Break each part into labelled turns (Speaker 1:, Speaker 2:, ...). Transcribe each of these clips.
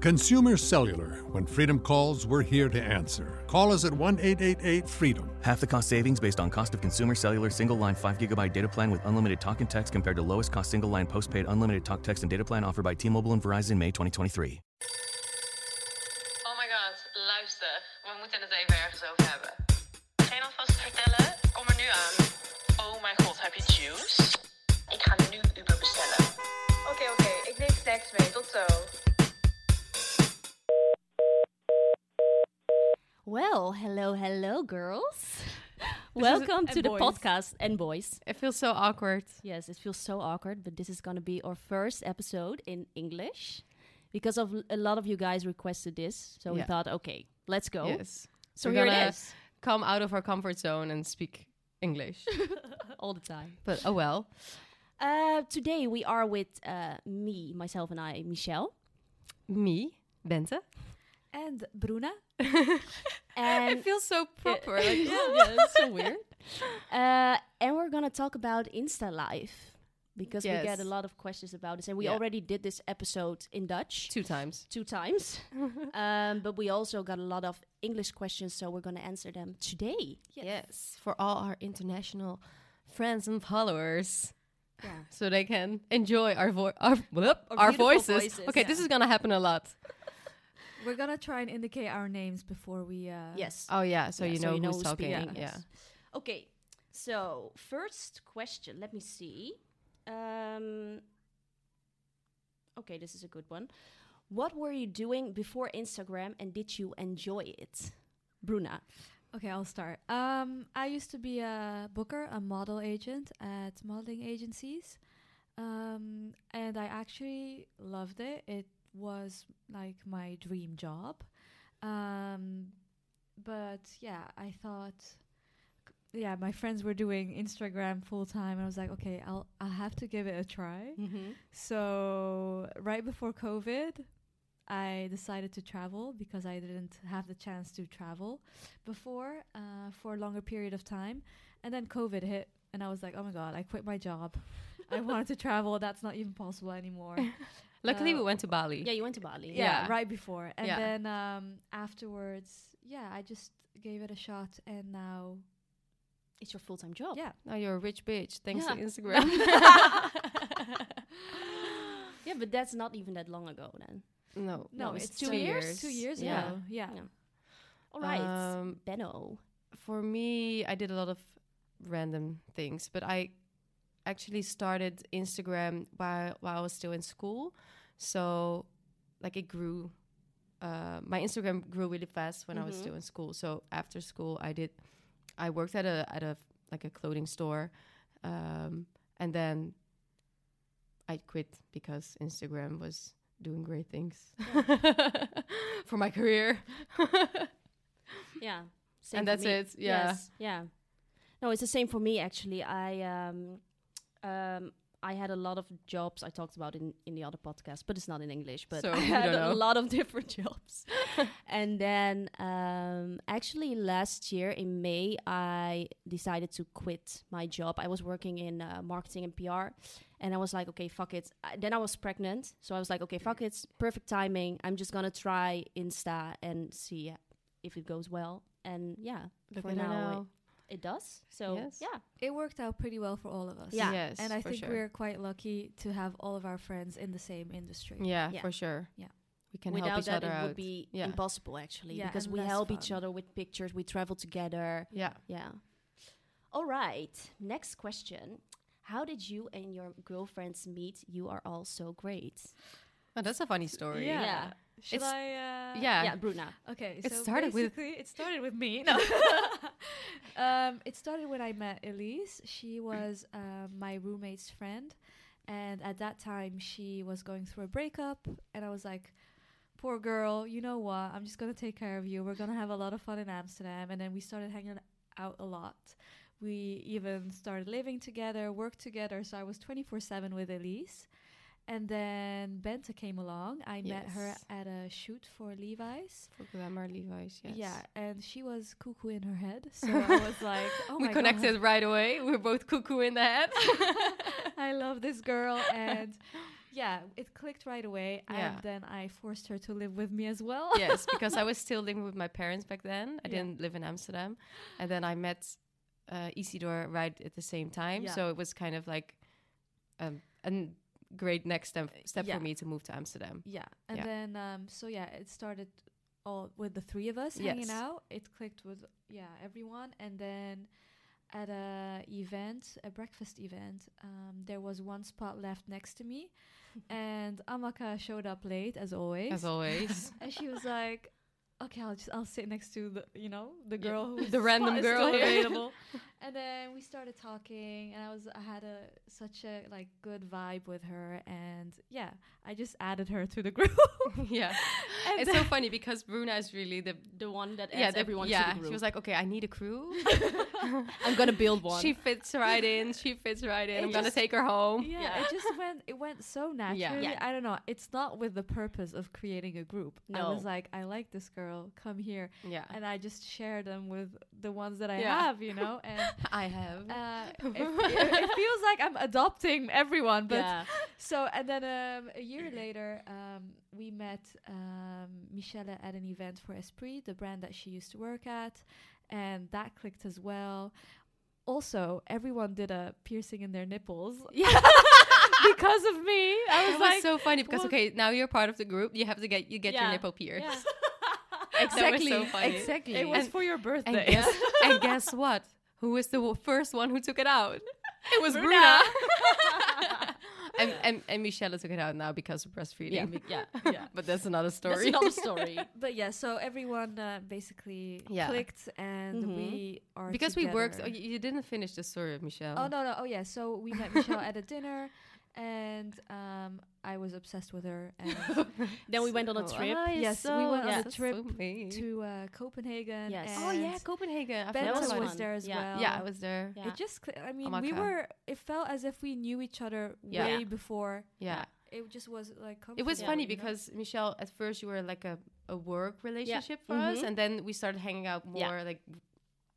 Speaker 1: Consumer Cellular. When freedom calls, we're here to answer. Call us at 1 888 freedom.
Speaker 2: Half the cost savings based on cost of consumer cellular single line 5 gigabyte data plan with unlimited talk and text compared to lowest cost single line postpaid unlimited talk text and data plan offered by T-Mobile and Verizon May 2023.
Speaker 3: Oh my god, luister, we moeten het even ergens over hebben. Geen alvast vertellen, kom er nu aan. Oh mijn god, heb je juice? Ik ga nu Uber bestellen. Oké, oké, ik neem snacks mee, tot zo.
Speaker 4: Well, hello, hello, girls. Welcome
Speaker 5: and
Speaker 4: to the
Speaker 5: boys.
Speaker 4: podcast and boys.
Speaker 5: It feels so awkward.
Speaker 4: Yes, it feels so awkward, but this is going to be our first episode in English because of l- a lot of you guys requested this. So we
Speaker 5: Yeah.
Speaker 4: thought, okay, let's go.
Speaker 5: Yes.
Speaker 4: So
Speaker 5: We're
Speaker 4: here it
Speaker 5: gonna
Speaker 4: is.
Speaker 5: Come out of our comfort zone and speak English.
Speaker 4: All the time.
Speaker 5: but oh well.
Speaker 4: Uh, today we are with uh, me, myself, and I, Michelle.
Speaker 5: Me, Bente.
Speaker 6: And Bruna?
Speaker 4: And,
Speaker 5: It feels so proper. Like,
Speaker 4: Yeah.
Speaker 5: oh, yeah, it's so weird.
Speaker 4: uh, and we're going to talk about Insta Live because we get
Speaker 5: Yes.
Speaker 4: a lot of questions about this. And we
Speaker 5: Yeah.
Speaker 4: already did this episode in Dutch.
Speaker 5: Two times.
Speaker 4: two times. um, but we also got a lot of English questions, so we're going to answer them today.
Speaker 5: Yes. For all our international friends and followers.
Speaker 4: Yeah.
Speaker 5: So they can enjoy our vo- our, whoop,
Speaker 6: Our
Speaker 5: our
Speaker 6: beautiful
Speaker 5: voices.
Speaker 6: voices,
Speaker 5: Okay, this
Speaker 6: yeah.
Speaker 5: is gonna happen a lot.
Speaker 6: We're gonna try and indicate our names before we. Uh,
Speaker 4: Yes.
Speaker 5: Oh yeah, so
Speaker 4: Yeah,
Speaker 5: you
Speaker 4: so
Speaker 5: know
Speaker 4: you know who's
Speaker 5: who's talking.
Speaker 4: speaking.
Speaker 5: Yeah.
Speaker 4: Okay. So, first question, let me see. Um, okay, this is a good one. What were you doing before Instagram and did you enjoy it? Bruna.
Speaker 6: Okay, I'll start. Um, I used to be a booker, a model agent at modeling agencies, um, and I actually loved it. It was like my dream job. Um, but yeah, I thought, yeah, my friends were doing Instagram full time, and I was like, okay, I'll I'll have to give it a try.
Speaker 5: Mm-hmm.
Speaker 6: So, right before COVID, I decided to travel because I didn't have the chance to travel before uh, for a longer period of time. And then COVID hit, and I was like, oh my God, I quit my job. I wanted to travel. That's not even possible anymore.
Speaker 5: Luckily,
Speaker 6: Uh,
Speaker 5: we went to Bali.
Speaker 4: Yeah, you went to Bali.
Speaker 5: Yeah.
Speaker 6: yeah, right before. And
Speaker 5: Yeah.
Speaker 6: then um, afterwards, yeah, I just gave it a shot. And now,
Speaker 4: It's your full time job.
Speaker 6: yeah.
Speaker 5: Now Oh, you're a rich bitch thanks to
Speaker 4: Yeah.
Speaker 5: Instagram.
Speaker 4: Yeah, but that's not even that long ago then.
Speaker 5: no,
Speaker 6: No,
Speaker 5: it's
Speaker 6: it's two years. Two years
Speaker 5: yeah.
Speaker 6: ago. Yeah.
Speaker 4: Yeah. All right.
Speaker 5: Um,
Speaker 4: Benno.
Speaker 5: For me, I did a lot of random things, but I actually started Instagram while while I was still in school. So, like, it grew. Uh, my Instagram grew really fast when I was still in school. So after school, I did. I worked at a at a like a clothing store, um, and then I quit because Instagram was doing great things for my career.
Speaker 4: Yeah. Same
Speaker 5: And
Speaker 4: for
Speaker 5: that's
Speaker 4: me.
Speaker 5: it, yeah.
Speaker 4: Yes, yeah. No, it's the same for me actually. I um um I had a lot of jobs. I talked about in in the other podcast, but it's not in English, but
Speaker 5: So,
Speaker 4: I
Speaker 5: we
Speaker 4: had
Speaker 5: don't
Speaker 4: a
Speaker 5: know.
Speaker 4: lot of different jobs. and then um actually last year in May I decided to quit my job. I was working in uh, marketing and PR and I was like, okay, fuck it. I, then I was pregnant, so I was like, okay, fuck it. Perfect timing. I'm just going to try Insta and see if it goes well. And yeah,
Speaker 5: Look
Speaker 4: for
Speaker 5: at her
Speaker 4: now
Speaker 5: now.
Speaker 4: it, it does. So
Speaker 5: Yes.
Speaker 4: yeah.
Speaker 6: It worked out pretty well for all of us.
Speaker 4: Yeah.
Speaker 5: Yes,
Speaker 6: and I
Speaker 5: for
Speaker 6: think
Speaker 5: sure.
Speaker 6: we're quite lucky to have all of our friends in the same industry.
Speaker 5: Yeah,
Speaker 4: Yeah.
Speaker 5: for sure.
Speaker 6: Yeah.
Speaker 5: We can
Speaker 4: Without
Speaker 5: help each
Speaker 4: that,
Speaker 5: other
Speaker 4: it
Speaker 5: out.
Speaker 4: would be
Speaker 5: yeah.
Speaker 4: impossible actually
Speaker 6: Yeah,
Speaker 4: because
Speaker 6: and
Speaker 4: we
Speaker 6: less
Speaker 4: help each
Speaker 6: fun.
Speaker 4: other with pictures. We travel together.
Speaker 5: Yeah.
Speaker 4: Yeah. All right. Next question. How did you and your girlfriends meet? You are all so great.
Speaker 5: Oh, that's a funny story.
Speaker 6: Yeah.
Speaker 4: Yeah.
Speaker 6: Should
Speaker 5: It's-
Speaker 6: I? Uh,
Speaker 5: Yeah.
Speaker 4: yeah, Bruna.
Speaker 6: Okay.
Speaker 5: It
Speaker 6: so
Speaker 5: started with-
Speaker 6: basically, it started with me. No. um, it started when I met Elise. She was uh, my roommate's friend, and at that time she was going through a breakup, and I was like. Poor girl, you know what? I'm just gonna take care of you. We're gonna have a lot of fun in Amsterdam, and then we started hanging out a lot. We even started living together, worked together. So I was 24 7 with Elise. And then Benta came along. I met her
Speaker 5: Yes.
Speaker 6: at a shoot for Levi's.
Speaker 5: For Glamour Levi's, yes.
Speaker 6: Yeah, and she was cuckoo in her head. So I was like, oh
Speaker 5: we
Speaker 6: my
Speaker 5: connected
Speaker 6: God.
Speaker 5: right away. We're both cuckoo in the head.
Speaker 6: I love this girl. And yeah, it clicked right away.
Speaker 5: Yeah.
Speaker 6: And then I forced her to live with me as well.
Speaker 5: yes, because I was still living with my parents back then. I
Speaker 6: Yeah.
Speaker 5: didn't live in Amsterdam, and then I met uh, Isidore right at the same time.
Speaker 6: Yeah.
Speaker 5: So it was kind of like um, a n- great next step, step
Speaker 6: yeah.
Speaker 5: for me to move to Amsterdam.
Speaker 6: Yeah. And
Speaker 5: Yeah.
Speaker 6: then, um, so yeah, it started all with the three of us
Speaker 5: Yes.
Speaker 6: hanging out. It clicked with, yeah, everyone. And then at a event, a breakfast event, um, there was one spot left next to me. and Amaka showed up late, as always.
Speaker 5: As always,
Speaker 6: and she was like, okay, I'll just, I'll sit next to the, you know, the
Speaker 5: Yeah.
Speaker 6: girl who
Speaker 5: the random girl
Speaker 6: still
Speaker 5: here.
Speaker 6: available. and then we started talking, and I was I had a such a like good vibe with her, and yeah, I just added her to the group.
Speaker 5: yeah,
Speaker 6: And
Speaker 5: it's so funny because Bruna is really the
Speaker 4: The one that adds
Speaker 5: yeah, the-
Speaker 4: everyone
Speaker 5: yeah.
Speaker 4: to the group.
Speaker 5: She was like, okay, I need a crew.
Speaker 4: I'm gonna build one.
Speaker 5: She fits right in. She fits right in.
Speaker 6: It
Speaker 5: I'm gonna
Speaker 6: just-
Speaker 5: take her home.
Speaker 6: yeah,
Speaker 4: Yeah.
Speaker 6: it just went it went so naturally.
Speaker 4: Yeah.
Speaker 6: I don't know. It's not with the purpose of creating a group. I was
Speaker 4: No.
Speaker 6: like, I like this girl, come here,
Speaker 5: Yeah,
Speaker 6: and I just share them with the ones that I
Speaker 5: Yeah.
Speaker 6: have, you know, and.
Speaker 5: I have.
Speaker 6: Uh, it, it feels like I'm adopting everyone, but
Speaker 4: yeah.
Speaker 6: So and then um, a year later, um, we met um, Michelle at an event for Esprit, the brand that she used to work at, and that clicked as well. Also, everyone did a piercing in their nipples
Speaker 5: yeah.
Speaker 6: because of me. I was
Speaker 5: It was
Speaker 6: like,
Speaker 5: so funny because
Speaker 6: well-
Speaker 5: okay, now you're part of the group. You have to get you get your
Speaker 4: Yeah.
Speaker 5: nipple pierced.
Speaker 6: Yeah.
Speaker 5: Exactly.
Speaker 6: exactly. It was
Speaker 5: And-
Speaker 6: for your
Speaker 5: And
Speaker 6: birthday.
Speaker 5: guess and guess what? Who was the w- first one who took it out? It was Bruna.
Speaker 4: Bruna.
Speaker 5: and, and and Michelle took it out now because of breastfeeding.
Speaker 4: Yeah, be- yeah, yeah.
Speaker 5: but that's another story.
Speaker 4: That's another story.
Speaker 6: but yeah, so everyone uh, basically
Speaker 5: Yeah. Mm-hmm.
Speaker 6: clicked, and
Speaker 4: Mhm.
Speaker 6: we are
Speaker 5: because we worked. Oh,
Speaker 6: together.
Speaker 5: you, you didn't finish the story of Michelle.
Speaker 6: Oh no, no. Oh yeah. So we met Michelle at a dinner, and um, I was obsessed with her. And
Speaker 4: then we went on a
Speaker 5: So-
Speaker 4: trip.
Speaker 5: Ah, you're
Speaker 6: Yes, we went on
Speaker 5: yeah.
Speaker 6: a
Speaker 5: That's
Speaker 6: trip
Speaker 5: so me.
Speaker 6: to uh, Copenhagen.
Speaker 4: Yes.
Speaker 6: And
Speaker 5: Oh yeah, Copenhagen. I
Speaker 6: Benta
Speaker 5: forgot
Speaker 4: was
Speaker 6: was,
Speaker 5: about
Speaker 4: fun.
Speaker 6: there as
Speaker 4: Yeah.
Speaker 6: well.
Speaker 5: it. Yeah, I was there.
Speaker 4: Yeah.
Speaker 6: It just. Cl- I mean, we
Speaker 5: Amaka.
Speaker 6: were. It felt as if we knew each other
Speaker 5: Yeah.
Speaker 6: way before.
Speaker 5: yeah.
Speaker 6: It just was like.
Speaker 5: It was
Speaker 6: comfortable,
Speaker 5: funny
Speaker 6: you know?
Speaker 5: because Michelle, at first you were like a, a work relationship for us,
Speaker 4: Mhm.
Speaker 5: and then we started hanging out
Speaker 4: Yeah.
Speaker 5: more like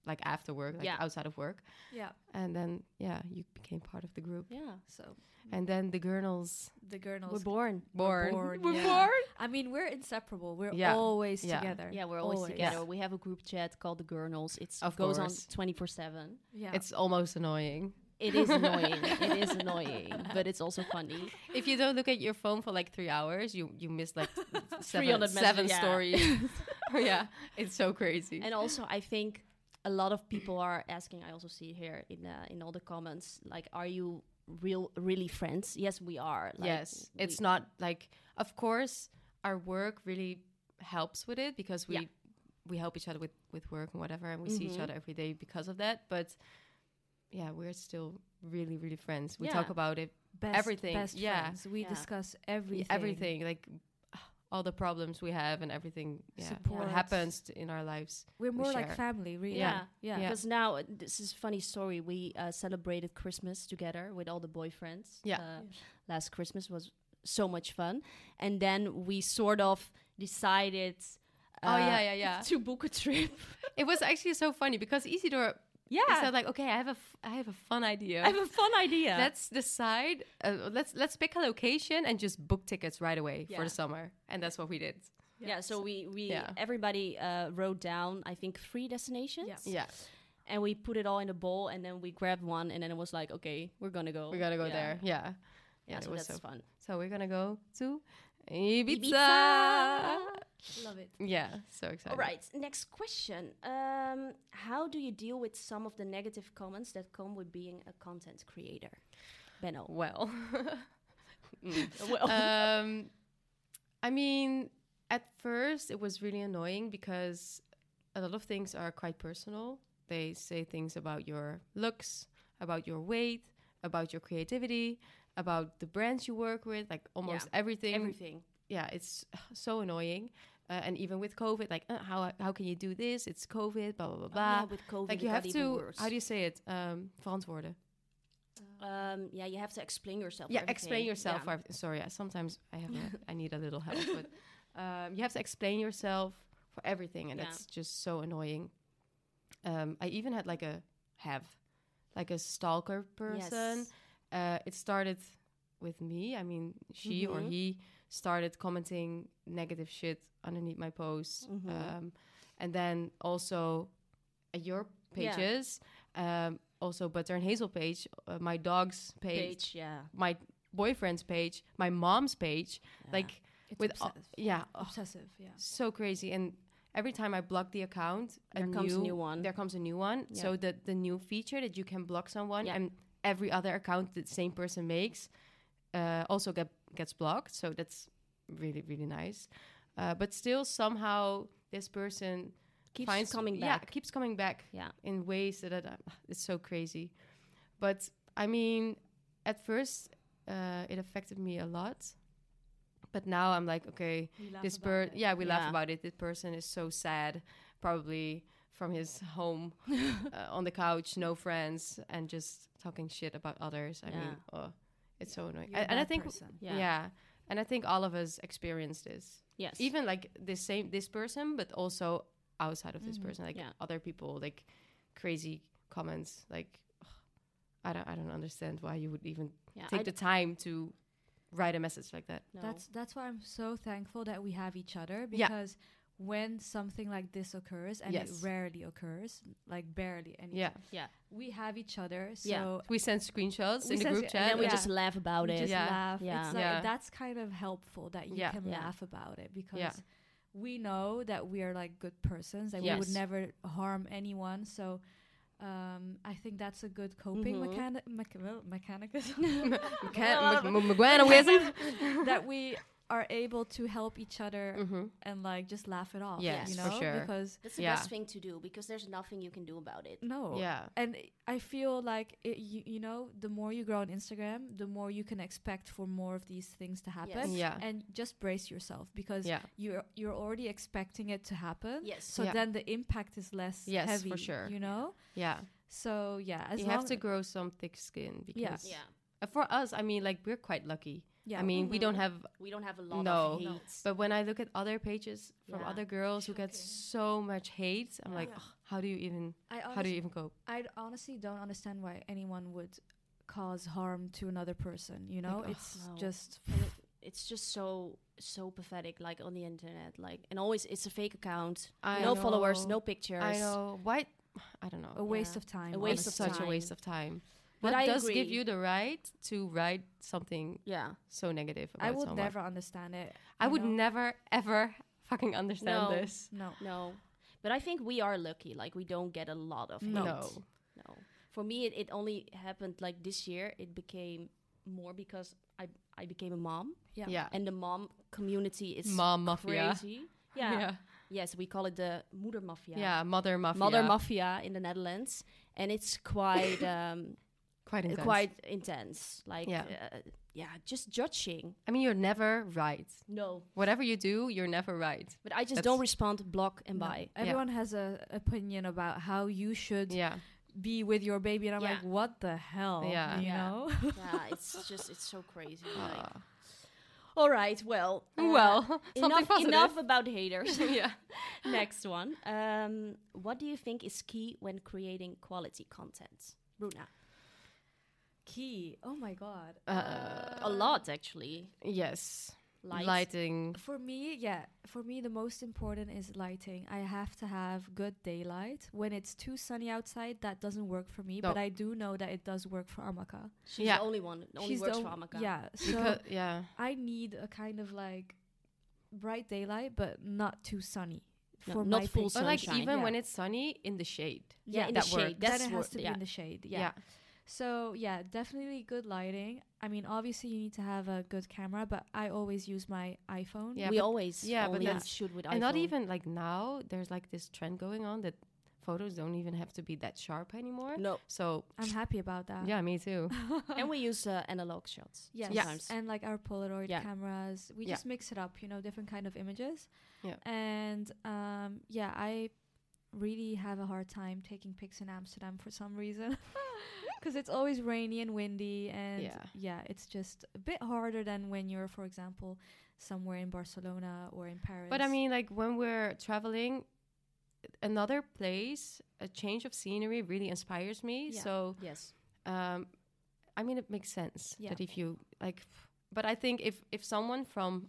Speaker 5: like after work, like
Speaker 4: Yeah.
Speaker 5: outside of work,
Speaker 6: Yeah.
Speaker 5: and then yeah, you became part of the group,
Speaker 4: yeah.
Speaker 6: So
Speaker 5: and then the girls
Speaker 6: the Gurnals.
Speaker 4: We're born.
Speaker 5: born,
Speaker 6: born,
Speaker 5: Were
Speaker 6: yeah.
Speaker 5: born?
Speaker 6: I mean, we're inseparable. We're
Speaker 5: Yeah.
Speaker 6: always
Speaker 5: Yeah.
Speaker 6: together.
Speaker 4: Yeah, we're always, together.
Speaker 5: Yeah.
Speaker 4: We have a group chat called the Gurnals. It
Speaker 5: Of
Speaker 4: goes
Speaker 5: course.
Speaker 4: on 24 7.
Speaker 6: Yeah.
Speaker 5: It's almost annoying
Speaker 4: It is annoying. it is annoying, but it's also funny.
Speaker 5: if you don't look at your phone for like three hours, you you miss like seven,
Speaker 4: 300
Speaker 5: seven
Speaker 4: messages, yeah.
Speaker 5: stories. yeah, it's so crazy.
Speaker 4: And also, I think a lot of people are asking. I also see here in uh, in all the comments, like, are you real, really friends? Yes, we are. Like,
Speaker 5: yes
Speaker 4: we-
Speaker 5: it's not like of course our work really helps with it because we
Speaker 4: Yeah. Mm-hmm.
Speaker 5: we help each other with with work and whatever and we see each other every day because of that but yeah we're still really really friends we talk
Speaker 4: Yeah.
Speaker 5: about it
Speaker 6: best,
Speaker 5: everything,
Speaker 6: Best
Speaker 5: yeah.
Speaker 6: friends. We
Speaker 4: Yeah.
Speaker 6: discuss everything.
Speaker 5: everything like all the problems we have and everything yeah
Speaker 6: Support.
Speaker 5: what happens t- in our lives
Speaker 6: We're
Speaker 5: we
Speaker 6: more like
Speaker 5: share.
Speaker 6: family, really.
Speaker 4: Yeah.
Speaker 6: Yeah.
Speaker 5: Yeah.
Speaker 4: Because now uh, this is a funny story. We uh, celebrated Christmas together with all the boyfriends.
Speaker 5: Yeah.
Speaker 4: Uh, last Christmas was so much fun, and then we sort of decided.
Speaker 5: oh yeah
Speaker 4: uh,
Speaker 5: yeah yeah
Speaker 4: To book a trip.
Speaker 5: it was actually so funny because isidore
Speaker 4: Yeah.
Speaker 5: said like okay i have a f- i have a fun idea
Speaker 4: I have a fun idea.
Speaker 5: Let's decide. Uh, let's let's pick a location and just book tickets right away for
Speaker 4: Yeah.
Speaker 5: the summer, and that's what we did.
Speaker 4: yeah. so we we
Speaker 5: Yeah.
Speaker 4: everybody uh, wrote down I think three destinations.
Speaker 5: Yeah,
Speaker 4: and we put it all in a bowl and then we grabbed one and then it was like okay we're gonna go
Speaker 5: we gotta go
Speaker 4: Yeah.
Speaker 5: there.
Speaker 4: yeah,
Speaker 5: Yeah, Yeah, it
Speaker 4: so
Speaker 5: was
Speaker 4: that's
Speaker 5: so-
Speaker 4: fun
Speaker 5: So we're gonna go to Ibiza.
Speaker 6: Love it.
Speaker 5: Yeah, so excited.
Speaker 4: all right next question um, how do you deal with some of the negative comments that come with being a content creator benno
Speaker 5: Well,
Speaker 4: well
Speaker 5: um, I mean, at first it was really annoying because a lot of things are quite personal. They say things about your looks, about your weight, about your creativity, about the brands you work with, like almost everything
Speaker 4: everything
Speaker 5: yeah, it's so annoying. Uh, and even with COVID, like uh, how how can you do this? It's COVID, blah blah blah
Speaker 4: Oh, yeah,
Speaker 5: blah.
Speaker 4: with COVID
Speaker 5: like you
Speaker 4: it
Speaker 5: have
Speaker 4: got even
Speaker 5: to
Speaker 4: worse.
Speaker 5: how do you say it? Um, verantwoorden.
Speaker 4: Um, yeah, you have to explain yourself.
Speaker 5: yeah
Speaker 4: for
Speaker 5: explain
Speaker 4: everything.
Speaker 5: yourself
Speaker 4: Yeah.
Speaker 5: for- sorry I- sometimes i have a, i need a little help but um, you have to explain yourself for everything and
Speaker 4: Yeah.
Speaker 5: that's just so annoying um, i even had like a have like a stalker person
Speaker 4: Yes.
Speaker 5: uh, it started with me i mean she or
Speaker 4: Mhm.
Speaker 5: he started commenting negative shit underneath my posts
Speaker 4: Mm-hmm.
Speaker 5: um, and then also at your
Speaker 4: Yeah.
Speaker 5: pages um, also butter and hazel page uh, my dog's page
Speaker 4: Page, yeah.
Speaker 5: my boyfriend's page, my mom's page, like
Speaker 6: It's
Speaker 5: with all,
Speaker 6: obsessive.
Speaker 5: yeah, oh,
Speaker 6: obsessive. Yeah.
Speaker 5: so crazy. And every time I block the account,
Speaker 4: There
Speaker 5: a
Speaker 4: comes a
Speaker 5: new,
Speaker 4: new one.
Speaker 5: There comes a new one.
Speaker 4: Yeah.
Speaker 5: So the the new feature that you can block someone
Speaker 4: Yeah.
Speaker 5: and every other account that same person makes uh, also get gets blocked. So that's really really nice. Uh, but still, somehow this person
Speaker 4: Keeps
Speaker 5: finds
Speaker 4: coming
Speaker 5: Yeah,
Speaker 4: back.
Speaker 5: keeps coming back
Speaker 4: Yeah.
Speaker 5: in ways that I, it's so crazy. But I mean, at first uh, it affected me a lot, but now I'm like, okay,
Speaker 6: We laugh
Speaker 5: this
Speaker 6: about
Speaker 5: person,
Speaker 6: it.
Speaker 5: yeah, we laugh
Speaker 4: Yeah.
Speaker 5: about it. This person is so sad, probably from his home uh, on the couch, no friends, and just talking shit about others. I mean, oh, it's so annoying.
Speaker 6: You're a
Speaker 5: And, and I
Speaker 6: bad
Speaker 5: think,
Speaker 6: person.
Speaker 4: Yeah.
Speaker 5: yeah. and I think all of us experience this,
Speaker 4: Yes.
Speaker 5: even like the same this person, but also outside of this
Speaker 6: Mm-hmm.
Speaker 5: person, like
Speaker 4: Yeah.
Speaker 5: other people, like crazy comments, like. ugh, I don't, I don't understand why you would even
Speaker 4: Yeah,
Speaker 5: take
Speaker 4: I
Speaker 5: the
Speaker 4: d-
Speaker 5: time to write a message like that.
Speaker 4: no.
Speaker 6: That's that's why I'm so thankful that we have each other
Speaker 5: Yeah.
Speaker 6: because when something like this occurs and
Speaker 5: Yes.
Speaker 6: it rarely occurs, like barely any
Speaker 5: Yeah.
Speaker 4: yeah.
Speaker 6: we have each other. So
Speaker 4: Yeah.
Speaker 5: We send screenshots
Speaker 6: We
Speaker 5: in the
Speaker 6: send
Speaker 5: group
Speaker 6: sc-
Speaker 5: chat.
Speaker 4: And then we
Speaker 5: yeah.
Speaker 4: just laugh about
Speaker 6: we
Speaker 4: it.
Speaker 6: just
Speaker 5: Yeah.
Speaker 6: laugh.
Speaker 4: Yeah.
Speaker 6: It's like
Speaker 5: Yeah.
Speaker 6: that's kind of helpful that you
Speaker 5: Yeah.
Speaker 6: can
Speaker 4: Yeah.
Speaker 6: laugh about it because we know that we are like good persons and we
Speaker 5: Yes.
Speaker 6: would never harm anyone. So um, I think that's a good coping
Speaker 4: Mhm.
Speaker 6: mechanic mechanic mechanism.
Speaker 5: Mc- Mc- McGuana Wizard.
Speaker 6: that we are able to help each other and like just laugh it off.
Speaker 5: Mm-hmm. Yes,
Speaker 6: you
Speaker 5: for
Speaker 6: know,
Speaker 5: sure.
Speaker 6: because
Speaker 4: That's the
Speaker 5: Yeah.
Speaker 4: best thing to do because there's nothing you can do about it.
Speaker 6: no,
Speaker 5: Yeah.
Speaker 6: and i- I feel like it, you, you know, the more you grow on Instagram, the more you can expect for more of these things to happen.
Speaker 4: Yes.
Speaker 5: Yeah.
Speaker 6: and just brace yourself because
Speaker 5: Yeah.
Speaker 6: you're you're already expecting it to happen.
Speaker 4: Yes.
Speaker 6: so
Speaker 5: Yeah.
Speaker 6: then the impact is less
Speaker 5: Yes, for
Speaker 6: heavy.
Speaker 5: sure.
Speaker 6: you know.
Speaker 5: Yeah.
Speaker 6: So yeah, as
Speaker 5: you
Speaker 6: long
Speaker 5: have to grow some thick skin because
Speaker 6: Yeah.
Speaker 4: Yeah.
Speaker 5: Uh, for us, I mean, like we're quite lucky.
Speaker 6: Yeah.
Speaker 5: I mean, we don't have
Speaker 4: We don't have a lot
Speaker 5: no,
Speaker 4: of hate.
Speaker 5: but when I look at other pages from
Speaker 4: Yeah.
Speaker 5: other girls who get so much hate, I'm like, "Ugh, how do you even?
Speaker 6: I
Speaker 5: how do
Speaker 6: honest-
Speaker 5: you even cope?
Speaker 6: I honestly don't understand why anyone would cause harm to another person. You know,
Speaker 5: ugh,
Speaker 6: it's
Speaker 4: oh, no.
Speaker 6: just
Speaker 4: And it- it's just so so pathetic, like on the internet, like and always it's a fake account,
Speaker 5: I
Speaker 4: no followers,
Speaker 5: know.
Speaker 4: no pictures.
Speaker 5: I know why. I don't know.
Speaker 6: a waste
Speaker 4: Yeah.
Speaker 6: of time.
Speaker 4: A
Speaker 5: It's
Speaker 4: waste of
Speaker 5: such
Speaker 4: time.
Speaker 5: a waste of time.
Speaker 4: But
Speaker 5: what
Speaker 4: I
Speaker 5: does give
Speaker 4: agree.
Speaker 5: you the right to write something
Speaker 4: Yeah,
Speaker 5: so negative about
Speaker 6: I would
Speaker 5: someone?
Speaker 6: never understand it.
Speaker 5: I
Speaker 6: you
Speaker 5: would
Speaker 6: know?
Speaker 5: never ever fucking understand
Speaker 4: No.
Speaker 5: this.
Speaker 6: No.
Speaker 4: no, but I think we are lucky. Like we don't get a lot of hate.
Speaker 5: No.
Speaker 4: No. For me, it, it only happened like this year. It became more because I I became a mom,
Speaker 6: Yeah.
Speaker 5: Yeah.
Speaker 4: and the mom community is
Speaker 5: Mom mafia.
Speaker 4: crazy. Yeah.
Speaker 5: Yeah.
Speaker 4: Yes, we call it the moeder mafia.
Speaker 5: Yeah. Mother mafia.
Speaker 4: Mother mafia in the Netherlands, and it's quite um,
Speaker 5: Quite intense.
Speaker 4: quite intense. Like
Speaker 5: Yeah.
Speaker 4: uh, yeah, just judging.
Speaker 5: I mean, you're never right.
Speaker 4: No,
Speaker 5: Whatever you do, you're never right.
Speaker 4: but I just
Speaker 5: That's-
Speaker 4: don't respond. Block and buy.
Speaker 6: Everyone has a opinion about how you should
Speaker 5: Yeah.
Speaker 6: be with your baby, and I'm
Speaker 4: Yeah.
Speaker 6: like, what the hell?
Speaker 5: Yeah.
Speaker 6: You
Speaker 4: Yeah.
Speaker 6: know.
Speaker 4: yeah, it's just it's so crazy. like- all right, well, uh,
Speaker 5: Ah. well, something
Speaker 4: enough
Speaker 5: positive.
Speaker 4: enough about haters.
Speaker 5: yeah.
Speaker 4: Next one. Um, what do you think is key when creating quality content? Bruna.
Speaker 6: Key. Oh my god.
Speaker 4: a lot, actually.
Speaker 5: Uh, Yes.
Speaker 4: Light.
Speaker 5: Lighting.
Speaker 6: For me, yeah. For me, the most important is lighting. I have to have good daylight. When it's too sunny outside, that doesn't work for me. But
Speaker 5: No.
Speaker 6: I do know that it does work for Amaka.
Speaker 4: She's
Speaker 5: Yeah.
Speaker 4: the only one. Only
Speaker 6: She's the
Speaker 4: works
Speaker 6: on-
Speaker 4: for Amaka.
Speaker 6: Yeah. So
Speaker 5: Because, yeah.
Speaker 6: I need a kind of like bright daylight, but not too sunny.
Speaker 4: No,
Speaker 6: for
Speaker 4: not
Speaker 6: my
Speaker 4: full
Speaker 6: taste.
Speaker 5: Or like
Speaker 4: Sunshine.
Speaker 5: even when
Speaker 6: Yeah.
Speaker 5: it's sunny in the shade.
Speaker 4: Yeah, in
Speaker 5: that
Speaker 4: the shade.
Speaker 5: works.
Speaker 6: Then
Speaker 4: That's
Speaker 6: it
Speaker 4: wor-
Speaker 6: has to be
Speaker 4: yeah.
Speaker 6: in the shade.
Speaker 5: Yeah.
Speaker 6: yeah. So yeah, definitely good lighting. I mean, obviously you need to have a good camera, but I always use my iPhone.
Speaker 5: Yeah,
Speaker 4: we
Speaker 5: but-
Speaker 4: always
Speaker 5: yeah, but
Speaker 4: only
Speaker 5: that's-
Speaker 4: shoot with
Speaker 5: And not
Speaker 4: iPhone.
Speaker 5: even like now, there's like this trend going on that photos don't even have to be that sharp anymore.
Speaker 4: No. Ah.
Speaker 5: So,
Speaker 6: I'm happy about that.
Speaker 5: yeah, me too.
Speaker 4: and we use uh, analog shots
Speaker 6: Yes.
Speaker 4: sometimes.
Speaker 6: And like our Polaroid
Speaker 4: Yeah.
Speaker 6: cameras, we
Speaker 5: Yeah.
Speaker 6: just mix it up, you know, different kind of images.
Speaker 5: Yeah.
Speaker 6: And um, yeah, I really have a hard time taking pics in Amsterdam for some reason. because it's always rainy and windy and yeah.
Speaker 5: Yeah.
Speaker 6: it's just a bit harder than when you're for example somewhere in barcelona or in paris
Speaker 5: But I mean, like when we're traveling, another place, a change of scenery really inspires me.
Speaker 4: Yeah.
Speaker 5: So,
Speaker 4: Yes.
Speaker 5: um, I mean, it makes sense
Speaker 6: Yeah.
Speaker 5: that if you like, but I think if if someone from,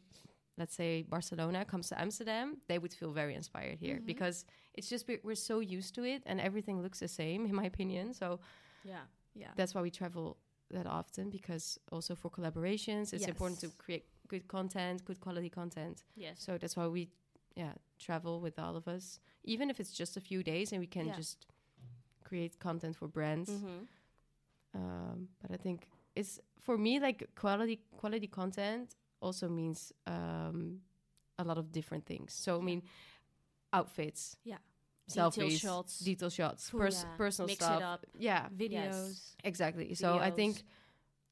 Speaker 5: let's say Barcelona comes to Amsterdam, they would feel very inspired here
Speaker 6: Mm-hmm.
Speaker 5: because it's just we're, we're so used to it and everything looks the same, in my opinion. So
Speaker 4: Yeah.
Speaker 6: yeah
Speaker 5: that's why we travel that often because also for collaborations, it's important to
Speaker 6: Yes.
Speaker 5: create good content, good quality content.
Speaker 4: Yes.
Speaker 5: So that's why we, yeah, travel with all of us, even if it's just a few days, and we can
Speaker 4: Yeah.
Speaker 5: just create content for brands.
Speaker 6: Mm-hmm.
Speaker 5: Um, but I think it's for me like quality quality content also means um, a lot of different things. So I mean, outfits,
Speaker 6: Yeah.
Speaker 4: Detail
Speaker 5: selfies,
Speaker 4: shots.
Speaker 5: detail shots,
Speaker 4: Food.
Speaker 5: pers-
Speaker 4: Yeah.
Speaker 5: personal
Speaker 4: Mix it
Speaker 5: stuff,
Speaker 4: up.
Speaker 5: yeah,
Speaker 6: videos
Speaker 4: Yes.
Speaker 5: exactly. So I
Speaker 4: Videos.
Speaker 5: think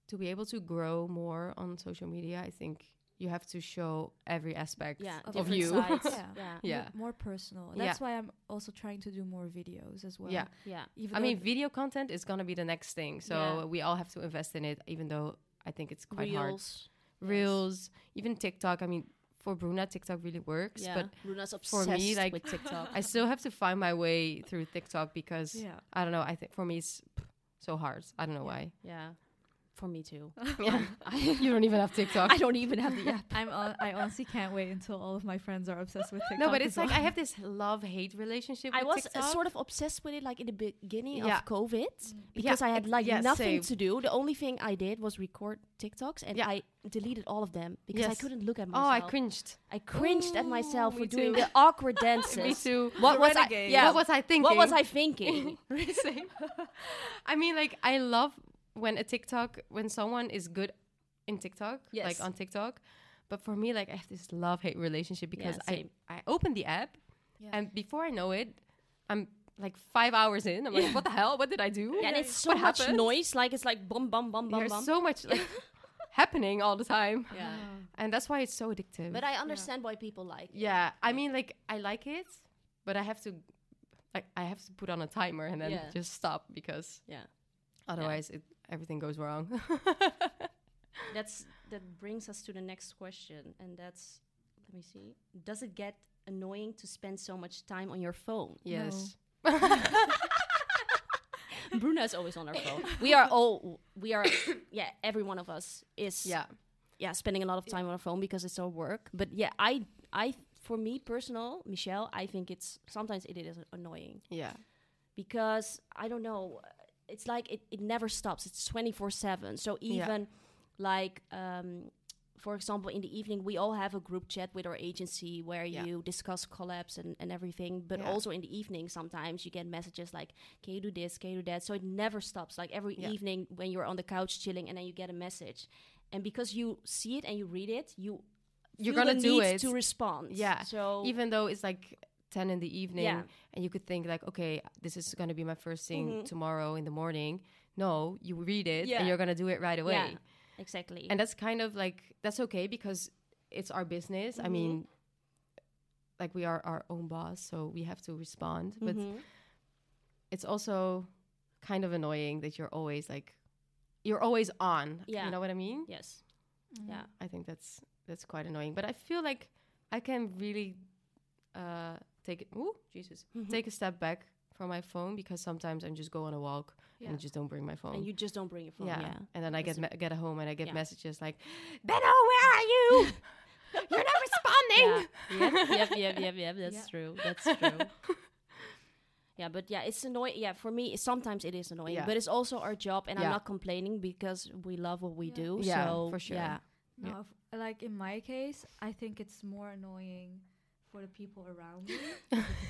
Speaker 5: to be able to grow more on social media, I think you have to show every aspect
Speaker 4: Yeah.
Speaker 5: of
Speaker 4: different
Speaker 5: you.
Speaker 4: sides.
Speaker 6: Yeah.
Speaker 4: yeah.
Speaker 6: mo-
Speaker 5: yeah.
Speaker 6: more personal
Speaker 5: Yeah.
Speaker 6: that's why i'm also trying to do more videos as well
Speaker 5: Yeah.
Speaker 4: Yeah.
Speaker 6: even
Speaker 5: I
Speaker 6: though
Speaker 5: mean,
Speaker 6: th-
Speaker 5: video content is gonna be the next thing, so
Speaker 4: Yeah.
Speaker 5: we all have to invest in it. Even though I think it's quite
Speaker 4: Reels.
Speaker 5: hard. Reels, even TikTok. I mean, for Bruna, TikTok really works,
Speaker 4: Yeah.
Speaker 5: but
Speaker 4: Luna's
Speaker 5: for
Speaker 4: obsessed
Speaker 5: me, like-
Speaker 4: with TikTok.
Speaker 5: I still have to find my way through TikTok because
Speaker 6: Yeah.
Speaker 5: I don't know. I think for me, it's so hard. I don't know why.
Speaker 4: yeah. For me too.
Speaker 5: Yeah, you don't even have TikTok.
Speaker 4: I don't even have the app.
Speaker 6: i'm on, i honestly can't wait until all of my friends are obsessed with tiktok
Speaker 5: no, but
Speaker 6: as
Speaker 5: it's like
Speaker 6: well.
Speaker 5: I have this love hate relationship.
Speaker 4: I
Speaker 5: with
Speaker 4: was uh,
Speaker 5: TikTok.
Speaker 4: sort of obsessed with it like in the beginning
Speaker 5: Yeah.
Speaker 4: of COVID because
Speaker 5: Yeah,
Speaker 4: I had
Speaker 5: ex-
Speaker 4: like
Speaker 5: yeah,
Speaker 4: nothing
Speaker 5: same.
Speaker 4: to do. The only thing I did was record TikToks and
Speaker 5: Yeah.
Speaker 4: I deleted all of them because I
Speaker 5: Yes.
Speaker 4: couldn't look at
Speaker 5: Oh,
Speaker 4: myself.
Speaker 5: I cringed.
Speaker 4: I cringed at myself
Speaker 5: Ooh,
Speaker 4: for
Speaker 5: me
Speaker 4: doing
Speaker 5: too.
Speaker 4: the awkward dances.
Speaker 5: Me too.
Speaker 4: What was I?
Speaker 6: renegade.
Speaker 4: Yeah.
Speaker 5: What was I
Speaker 4: What was
Speaker 5: thinking?
Speaker 4: I thinking?
Speaker 5: Same. I mean, like, I love when a TikTok, when someone is good in TikTok,
Speaker 4: Yes.
Speaker 5: like on TikTok. But for me, like, I have this love hate relationship because I,
Speaker 4: same.
Speaker 5: I open the app
Speaker 6: Yeah.
Speaker 5: and before I know it, I'm like five hours in. I'm like, what the hell? What did I do?
Speaker 4: and it's so
Speaker 5: What
Speaker 4: much
Speaker 5: happened?
Speaker 4: noise. Like it's like bum bum bum bum
Speaker 5: There's
Speaker 4: bum.
Speaker 5: so much like happening all the time.
Speaker 4: yeah.
Speaker 5: And that's why it's so addictive.
Speaker 4: But I understand why people like. it.
Speaker 5: yeah, I mean, like, I like it, but I have to. Like I have to put on a timer and then
Speaker 4: Yeah.
Speaker 5: just stop because
Speaker 4: Yeah.
Speaker 5: otherwise it, everything goes wrong.
Speaker 4: That's that brings us to the next question, and that's let me see. Does it get annoying to spend so much time on your phone?
Speaker 5: Yes.
Speaker 4: Bruna is always on her phone. We are all we are yeah, every one of us is
Speaker 5: Yeah.
Speaker 4: yeah, spending a lot of time on our phone because it's our work. But yeah, I I for me personal, Michelle, I think it's sometimes it is annoying
Speaker 5: Yeah.
Speaker 4: because I don't know. uh, It's like it, it never stops. It's twenty four seven. So
Speaker 5: Yeah.
Speaker 4: even like um, for example, in the evening we all have a group chat with our agency where
Speaker 5: Yeah.
Speaker 4: you discuss collabs and, and everything. But
Speaker 5: Yeah.
Speaker 4: also in the evening sometimes you get messages like, Can you do this? Can you do that? So it never stops. Like every
Speaker 5: Yeah.
Speaker 4: evening when you're on the couch chilling and then you get a message. And because you see it and you read it, you
Speaker 5: You're
Speaker 4: feel the
Speaker 5: gonna do
Speaker 4: need
Speaker 5: it.
Speaker 4: to respond.
Speaker 5: Yeah.
Speaker 4: So
Speaker 5: even though it's like 10 in the evening
Speaker 4: Yeah.
Speaker 5: and you could think like, okay, this is going to be my first thing tomorrow in the morning. No, you read it
Speaker 4: Mm-hmm. Yeah.
Speaker 5: and you're going to do it right away.
Speaker 4: yeah, exactly.
Speaker 5: And that's kind of like that's okay because it's our business.
Speaker 4: Mm-hmm.
Speaker 5: I mean, like we are our own boss, so we have to respond, but
Speaker 4: Mm-hmm.
Speaker 5: it's also kind of annoying that you're always like you're always on.
Speaker 4: Yeah.
Speaker 5: You know what I mean?
Speaker 4: yes. Yeah.
Speaker 5: I think that's that's quite annoying. But I feel like I can really uh, take it. Ooh, Jesus!
Speaker 4: Mm-hmm.
Speaker 5: Take a step back from my phone because sometimes I just go on a walk and I just don't bring my phone.
Speaker 4: And you just don't bring your phone.
Speaker 5: Oh, yeah.
Speaker 4: yeah.
Speaker 5: and then I get me- get home and I get
Speaker 4: yeah.
Speaker 5: messages like, "Benno, where are you? You're not responding."
Speaker 4: yep, yep, yep, yep, yep. That's true. That's true. yeah, but yeah, it's annoying. Yeah, for me, sometimes it is annoying,
Speaker 5: Yeah.
Speaker 4: but it's also our job, and I'm
Speaker 5: Yeah.
Speaker 4: not complaining because we love what we do.
Speaker 5: Yeah,
Speaker 4: so,
Speaker 5: for sure.
Speaker 4: Yeah,
Speaker 6: No, if- like in my case, I think it's more annoying for the people around me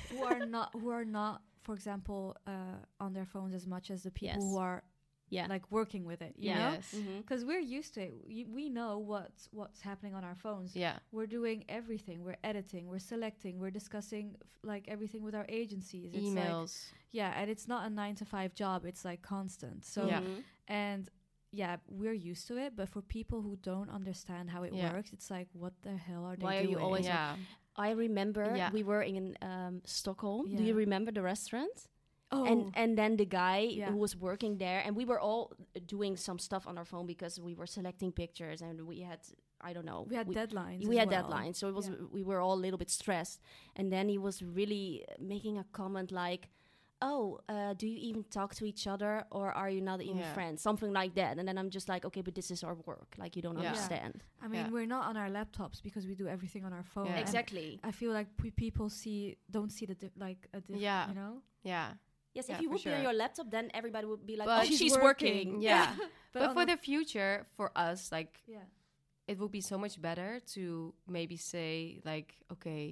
Speaker 6: who are not who are not, for example, uh, on their phones as much as the people who
Speaker 4: Yes.
Speaker 6: are
Speaker 4: yeah,
Speaker 6: like working with it. You
Speaker 4: Yeah.
Speaker 6: know,
Speaker 5: Yes.
Speaker 6: because we're used to it. We, we know what's what's happening on our phones.
Speaker 5: Yeah.
Speaker 6: We're doing everything. We're editing. We're selecting. We're discussing f- like everything with our agencies. It's like-
Speaker 5: Emails.
Speaker 6: yeah, and it's not a nine to five job. It's like constant. So
Speaker 5: Yeah.
Speaker 6: and yeah, we're used to it, but for people who don't understand how it
Speaker 5: Yeah.
Speaker 6: works, it's like, what the hell are they
Speaker 4: Why are
Speaker 6: doing?
Speaker 4: you always-
Speaker 5: yeah.
Speaker 4: I remember
Speaker 5: Yeah.
Speaker 4: we were in um, Stockholm. Do
Speaker 6: Yeah.
Speaker 4: you remember the restaurant?
Speaker 6: Oh,
Speaker 4: and and then the guy
Speaker 6: Yeah.
Speaker 4: who was working there and we were all doing some stuff on our phone because we were selecting pictures and we had i don't know
Speaker 6: we had deadlines.
Speaker 4: we
Speaker 6: as
Speaker 4: had
Speaker 6: well.
Speaker 4: deadlines so it was
Speaker 6: Yeah.
Speaker 4: we were all a little bit stressed and then he was really uh, making a comment like oh uh, do you even talk to each other or are you not even
Speaker 5: Yeah.
Speaker 4: friends something like that and then i'm just like okay but this is our work like you don't
Speaker 5: Yeah. Yeah.
Speaker 4: understand
Speaker 6: I mean,
Speaker 5: Yeah.
Speaker 6: we're not on our laptops because we do everything on our phone.
Speaker 5: Yeah.
Speaker 6: and
Speaker 4: exactly
Speaker 6: I feel like p- people see don't see the di- like a difference.
Speaker 5: Yeah.
Speaker 6: You know.
Speaker 5: yeah.
Speaker 4: yes
Speaker 5: Yeah,
Speaker 4: if you
Speaker 5: for
Speaker 4: would be on
Speaker 5: sure.
Speaker 4: your laptop then everybody would be like
Speaker 5: But
Speaker 4: oh she's,
Speaker 6: she's
Speaker 4: working,
Speaker 6: working.
Speaker 5: Yeah.
Speaker 6: But
Speaker 5: but
Speaker 6: on
Speaker 5: for
Speaker 6: the-
Speaker 5: the future, for us, like
Speaker 6: Yeah.
Speaker 5: it would be so much better to maybe say like, okay,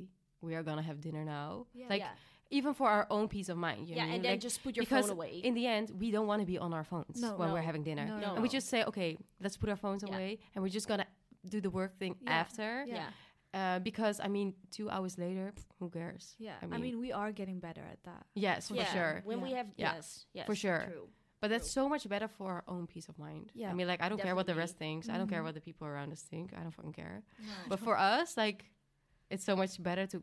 Speaker 5: we are gonna have dinner now.
Speaker 6: Yeah.
Speaker 5: Like
Speaker 4: Yeah.
Speaker 5: even for our own peace of mind. You
Speaker 4: Yeah,
Speaker 5: know what I
Speaker 4: and
Speaker 5: mean?
Speaker 4: then
Speaker 5: Like,
Speaker 4: just put your
Speaker 5: because
Speaker 4: phone away.
Speaker 5: In the end, we don't want to be on our phones
Speaker 6: No.
Speaker 5: when we're
Speaker 4: No.
Speaker 5: having dinner.
Speaker 6: No,
Speaker 4: No.
Speaker 5: And we just say, okay, let's put our phones
Speaker 4: Yeah.
Speaker 5: away, and we're just gonna do the work thing
Speaker 6: Yeah.
Speaker 5: after.
Speaker 6: Yeah.
Speaker 4: yeah
Speaker 5: Uh, because I mean, two hours later, pff, who cares?
Speaker 6: Yeah.
Speaker 5: I mean,
Speaker 6: we are getting better at that.
Speaker 5: yes, for
Speaker 4: Yeah,
Speaker 5: sure.
Speaker 4: when we
Speaker 6: Yeah.
Speaker 4: have
Speaker 5: Yeah.
Speaker 4: yes yes
Speaker 5: For sure.
Speaker 4: true.
Speaker 5: But that's so much better for our own peace of mind. Yeah. Mm-hmm.
Speaker 6: Yeah,
Speaker 5: I mean, like, I don't care what the rest thinks. I don't care
Speaker 6: Mhm.
Speaker 5: what the people around us think. I don't fucking care. But for us, like, it's so much better to.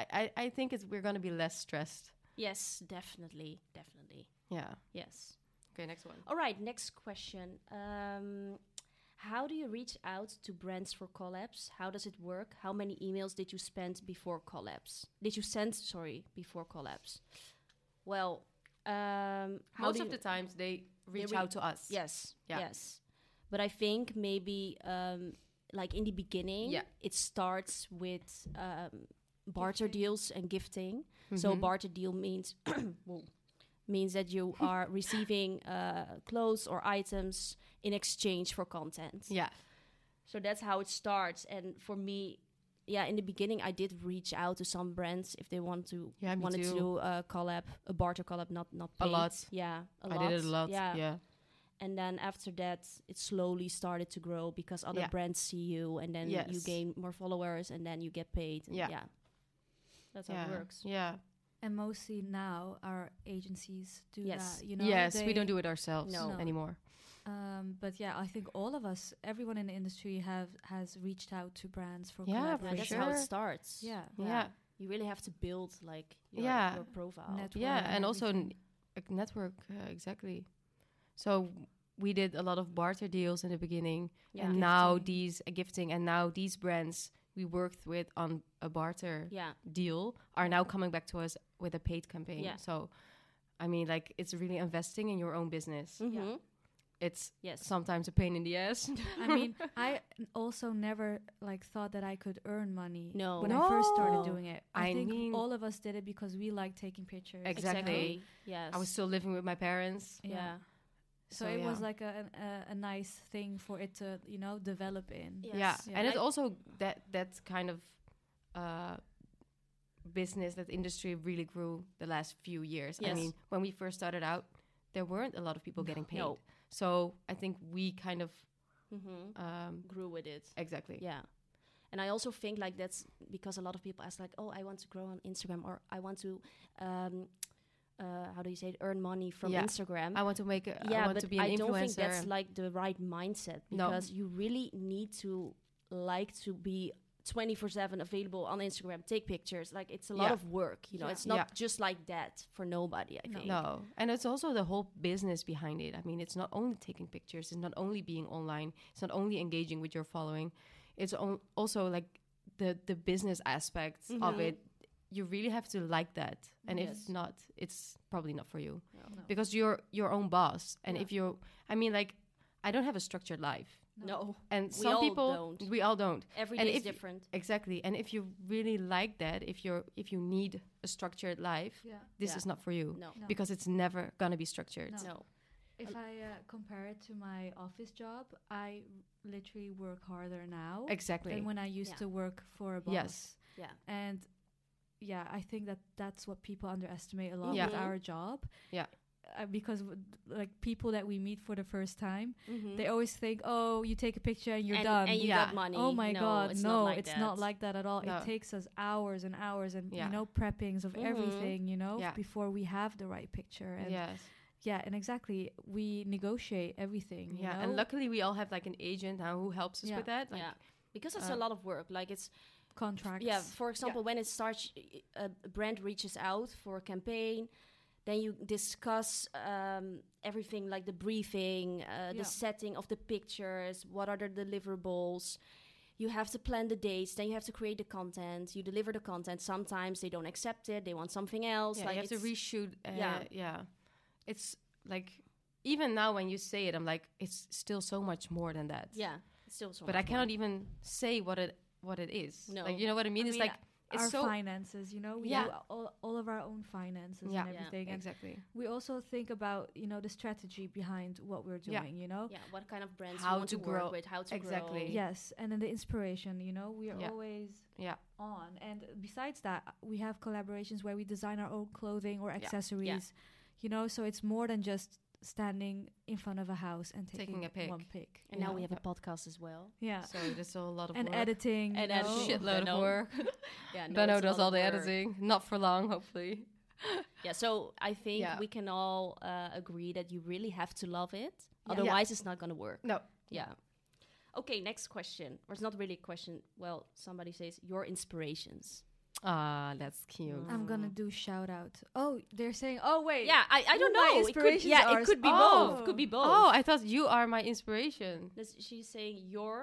Speaker 5: I, I, I think it's, we're going to be less stressed.
Speaker 4: yes definitely definitely
Speaker 5: Yeah.
Speaker 4: yes
Speaker 5: Okay, next one.
Speaker 4: All right, next question. Um, how do you reach out to brands for collabs? How does it work? How many emails did you spend before collabs? Did you send, sorry, before collabs? Well, um, how
Speaker 5: Most
Speaker 4: do
Speaker 5: of
Speaker 4: you-
Speaker 5: the times they reach
Speaker 4: re-
Speaker 5: out to us.
Speaker 4: Yes,
Speaker 5: Yeah.
Speaker 4: yes. But I think maybe um, like in the beginning,
Speaker 5: Yeah.
Speaker 4: it starts with um, barter deals and gifting. So
Speaker 5: Mm-hmm.
Speaker 4: barter deal means whoa, means that you are receiving uh, clothes or items in exchange for content.
Speaker 5: Yeah.
Speaker 4: So that's how it starts. And for me, yeah, in the beginning, I did reach out to some brands if they want to
Speaker 5: Yeah, me
Speaker 4: wanted to
Speaker 5: too.
Speaker 4: do a collab, a barter collab, not not
Speaker 5: A
Speaker 4: paid.
Speaker 5: lot.
Speaker 4: Yeah, a
Speaker 5: I did it a lot. Yeah.
Speaker 4: and then after that it slowly started to grow because other
Speaker 5: Yeah.
Speaker 4: brands see you and then you
Speaker 5: Yes.
Speaker 4: gain more followers and then you get paid and yeah,
Speaker 5: Yeah.
Speaker 4: that's
Speaker 5: yeah.
Speaker 4: how it works
Speaker 5: Yeah.
Speaker 6: And mostly now our agencies do
Speaker 4: Yes.
Speaker 6: that. You know.
Speaker 5: yes, we
Speaker 6: They-
Speaker 5: don't do it ourselves
Speaker 4: No.
Speaker 6: No.
Speaker 5: anymore.
Speaker 6: Um, but yeah, I think all of us, everyone in the industry, have has reached out to brands for
Speaker 5: Yeah,
Speaker 4: yeah,
Speaker 5: For
Speaker 4: that's
Speaker 6: collaborations.
Speaker 4: how it
Speaker 5: sure.
Speaker 4: starts
Speaker 6: Yeah.
Speaker 5: Yeah.
Speaker 4: you really have to build like your,
Speaker 5: Yeah.
Speaker 4: your profile
Speaker 6: Network
Speaker 5: yeah and also
Speaker 6: everything.
Speaker 5: n- like network uh, exactly so we did a lot of barter deals in the beginning
Speaker 4: Yeah.
Speaker 5: and now
Speaker 6: Gifting.
Speaker 5: these uh, gifting and now these brands we worked with on a barter
Speaker 4: yeah
Speaker 5: deal are now coming back to us with a paid campaign
Speaker 4: Yeah.
Speaker 5: so i mean like it's really investing in your own business
Speaker 4: Mhm.
Speaker 5: it's
Speaker 4: yes
Speaker 5: sometimes a pain in the ass
Speaker 6: I mean, I n- also never like thought that I could earn money
Speaker 4: No.
Speaker 6: when I first started
Speaker 5: No.
Speaker 6: doing it. I,
Speaker 5: I
Speaker 6: think
Speaker 5: mean-
Speaker 6: all of us did it because we like taking pictures.
Speaker 5: Exactly.
Speaker 4: yes
Speaker 5: i was still living with my parents
Speaker 4: yeah,
Speaker 5: So,
Speaker 6: So, it was
Speaker 5: yeah.
Speaker 6: like a, an- a a nice thing for it to you know develop in.
Speaker 4: Yes.
Speaker 5: Yeah.
Speaker 6: Yeah.
Speaker 5: and it's
Speaker 4: I-
Speaker 5: also that that kind of uh, business that industry really grew the last few years. I
Speaker 4: Yes.
Speaker 5: mean, when we first started out, there weren't a lot of people getting paid.
Speaker 4: No.
Speaker 5: So I think we kind of
Speaker 4: Mhm.
Speaker 5: um,
Speaker 4: grew with it
Speaker 5: exactly
Speaker 4: yeah and i also think like that's because a lot of people ask like oh i want to grow on instagram or i want to um uh, how do you say it? earn money from
Speaker 5: Yeah.
Speaker 4: instagram
Speaker 5: I want to make. A,
Speaker 4: yeah,
Speaker 5: I want
Speaker 4: but
Speaker 5: to be an
Speaker 4: I
Speaker 5: influencer.
Speaker 4: don't think that's like the right mindset
Speaker 5: No.
Speaker 4: because you really need to like to be 24/7 available on Instagram, take pictures. Like it's a lot
Speaker 5: Yeah.
Speaker 4: of work, you know.
Speaker 6: Yeah.
Speaker 4: It's not
Speaker 5: Yeah.
Speaker 4: just like that for nobody, I think.
Speaker 5: no, and it's also the whole business behind it. I mean, it's not only taking pictures, it's not only being online, it's not only engaging with your following, it's on, also like the the business aspect of it. You really have to like that, and
Speaker 4: Mm-hmm. Yes.
Speaker 5: if not, it's probably not for you because you're your own boss. And if you're, I mean, like, I don't have a structured life,
Speaker 4: No.
Speaker 5: and
Speaker 4: We
Speaker 5: some
Speaker 4: all
Speaker 5: people
Speaker 4: don't.
Speaker 5: we all don't.
Speaker 4: Every
Speaker 5: And
Speaker 4: day is
Speaker 5: if-
Speaker 4: different.
Speaker 5: Exactly, and if you really like that, if you're if you need a structured life,
Speaker 6: Yeah.
Speaker 5: this
Speaker 4: Yeah.
Speaker 5: is not for you
Speaker 4: No.
Speaker 6: No.
Speaker 5: because it's never gonna be structured.
Speaker 6: No.
Speaker 4: No.
Speaker 6: If I uh, compare it to my office job, I literally work harder now
Speaker 5: Exactly.
Speaker 6: than when I used
Speaker 4: Yeah.
Speaker 6: to work for a boss.
Speaker 5: Yes.
Speaker 4: Yeah.
Speaker 6: And yeah, I think that that's what people underestimate a lot with
Speaker 5: Yeah.
Speaker 6: our job.
Speaker 5: Yeah.
Speaker 6: Uh, because w- like people that we meet for the first time, they always think, "Oh, you take a picture and you're
Speaker 4: Mm-hmm. and,
Speaker 6: done."
Speaker 4: and you
Speaker 5: Yeah.
Speaker 4: got money.
Speaker 6: Oh my
Speaker 4: no,
Speaker 6: god,
Speaker 4: it's
Speaker 6: no,
Speaker 4: not like
Speaker 6: it's
Speaker 4: that.
Speaker 6: not like that at all.
Speaker 5: No.
Speaker 6: It takes us hours and hours and
Speaker 5: Yeah.
Speaker 6: you know preppings
Speaker 4: Mm-hmm.
Speaker 6: of everything, you know,
Speaker 5: Yeah.
Speaker 6: before we have the right picture and
Speaker 5: yes.
Speaker 6: yeah, and exactly, we negotiate everything. you
Speaker 5: Yeah.
Speaker 6: know?
Speaker 5: And luckily, we all have like an agent now who helps us
Speaker 6: Yeah.
Speaker 5: with that. Like,
Speaker 4: yeah. Because it's
Speaker 5: uh,
Speaker 4: a lot of work. Like it's
Speaker 6: contracts.
Speaker 4: Yeah, for example, when it starts, a brand reaches out for a campaign, Then you discuss um, everything like the briefing, uh,
Speaker 6: Yeah.
Speaker 4: the setting of the pictures, what are the deliverables. You have to plan the dates, then you have to create the content. You deliver the content. Sometimes they don't accept it; they want something else.
Speaker 5: Yeah,
Speaker 4: like
Speaker 5: you have to
Speaker 4: it's-
Speaker 5: reshoot. Uh, yeah,
Speaker 4: yeah.
Speaker 5: It's like even now when you say it, I'm like, it's still so much more than that.
Speaker 4: Yeah, it's still so
Speaker 5: but
Speaker 4: much
Speaker 5: I cannot
Speaker 4: more.
Speaker 5: even say what it what it is.
Speaker 4: No.
Speaker 5: like you know what I mean.
Speaker 6: I
Speaker 5: it's
Speaker 6: mean,
Speaker 5: like
Speaker 6: our
Speaker 5: it's so
Speaker 6: finances, you know, we
Speaker 5: Yeah.
Speaker 6: do all, all of our own finances
Speaker 5: Yeah.
Speaker 4: Yeah,
Speaker 6: and everything. and
Speaker 5: exactly
Speaker 6: we also think about, you know, the strategy behind what we're
Speaker 5: Yeah.
Speaker 6: doing, you know?
Speaker 4: Yeah, what kind of brands
Speaker 5: How
Speaker 4: you want
Speaker 5: to
Speaker 4: to,
Speaker 5: grow.
Speaker 4: work with? How to
Speaker 5: Exactly.
Speaker 4: grow?
Speaker 6: Yes, and then the inspiration, you know, we are
Speaker 5: Yeah.
Speaker 6: always
Speaker 5: yeah
Speaker 6: on. And besides that, we have collaborations where we design our own clothing or accessories, you know, so it's more than just standing in front of a house and taking,
Speaker 5: Taking a pic.
Speaker 6: one pic.
Speaker 4: And now
Speaker 5: Yeah.
Speaker 4: we have a podcast as well.
Speaker 6: Yeah.
Speaker 5: so there's a lot of
Speaker 6: and
Speaker 5: work.
Speaker 6: editing.
Speaker 4: And
Speaker 6: you
Speaker 4: editing.
Speaker 6: know?
Speaker 4: Shit.
Speaker 5: shitload
Speaker 4: Benno.
Speaker 5: of work
Speaker 4: Yeah, no,
Speaker 5: Benno
Speaker 4: it's a
Speaker 5: does
Speaker 4: lot
Speaker 5: all
Speaker 4: of
Speaker 5: the
Speaker 4: work.
Speaker 5: editing not for long hopefully
Speaker 4: Yeah, so I think
Speaker 5: Yeah.
Speaker 4: we can all uh, agree that you really have to love it.
Speaker 5: Yeah. Mm-hmm.
Speaker 4: Otherwise, it's not going to work.
Speaker 5: no
Speaker 4: Yeah. Okay, next question. Or it's not really a question. Well, somebody says your inspirations.
Speaker 5: ah that's cute
Speaker 6: I'm gonna
Speaker 5: Mm.
Speaker 6: do shout out. Oh, they're saying, oh, wait.
Speaker 4: Yeah, I, I
Speaker 6: Who
Speaker 4: don't
Speaker 6: my
Speaker 4: know. It could,
Speaker 6: inspirations
Speaker 4: yeah,
Speaker 6: are
Speaker 4: it
Speaker 6: is-
Speaker 4: could be both.
Speaker 6: Oh.
Speaker 4: It could be both.
Speaker 5: oh I thought you are my inspiration
Speaker 4: This- She's saying your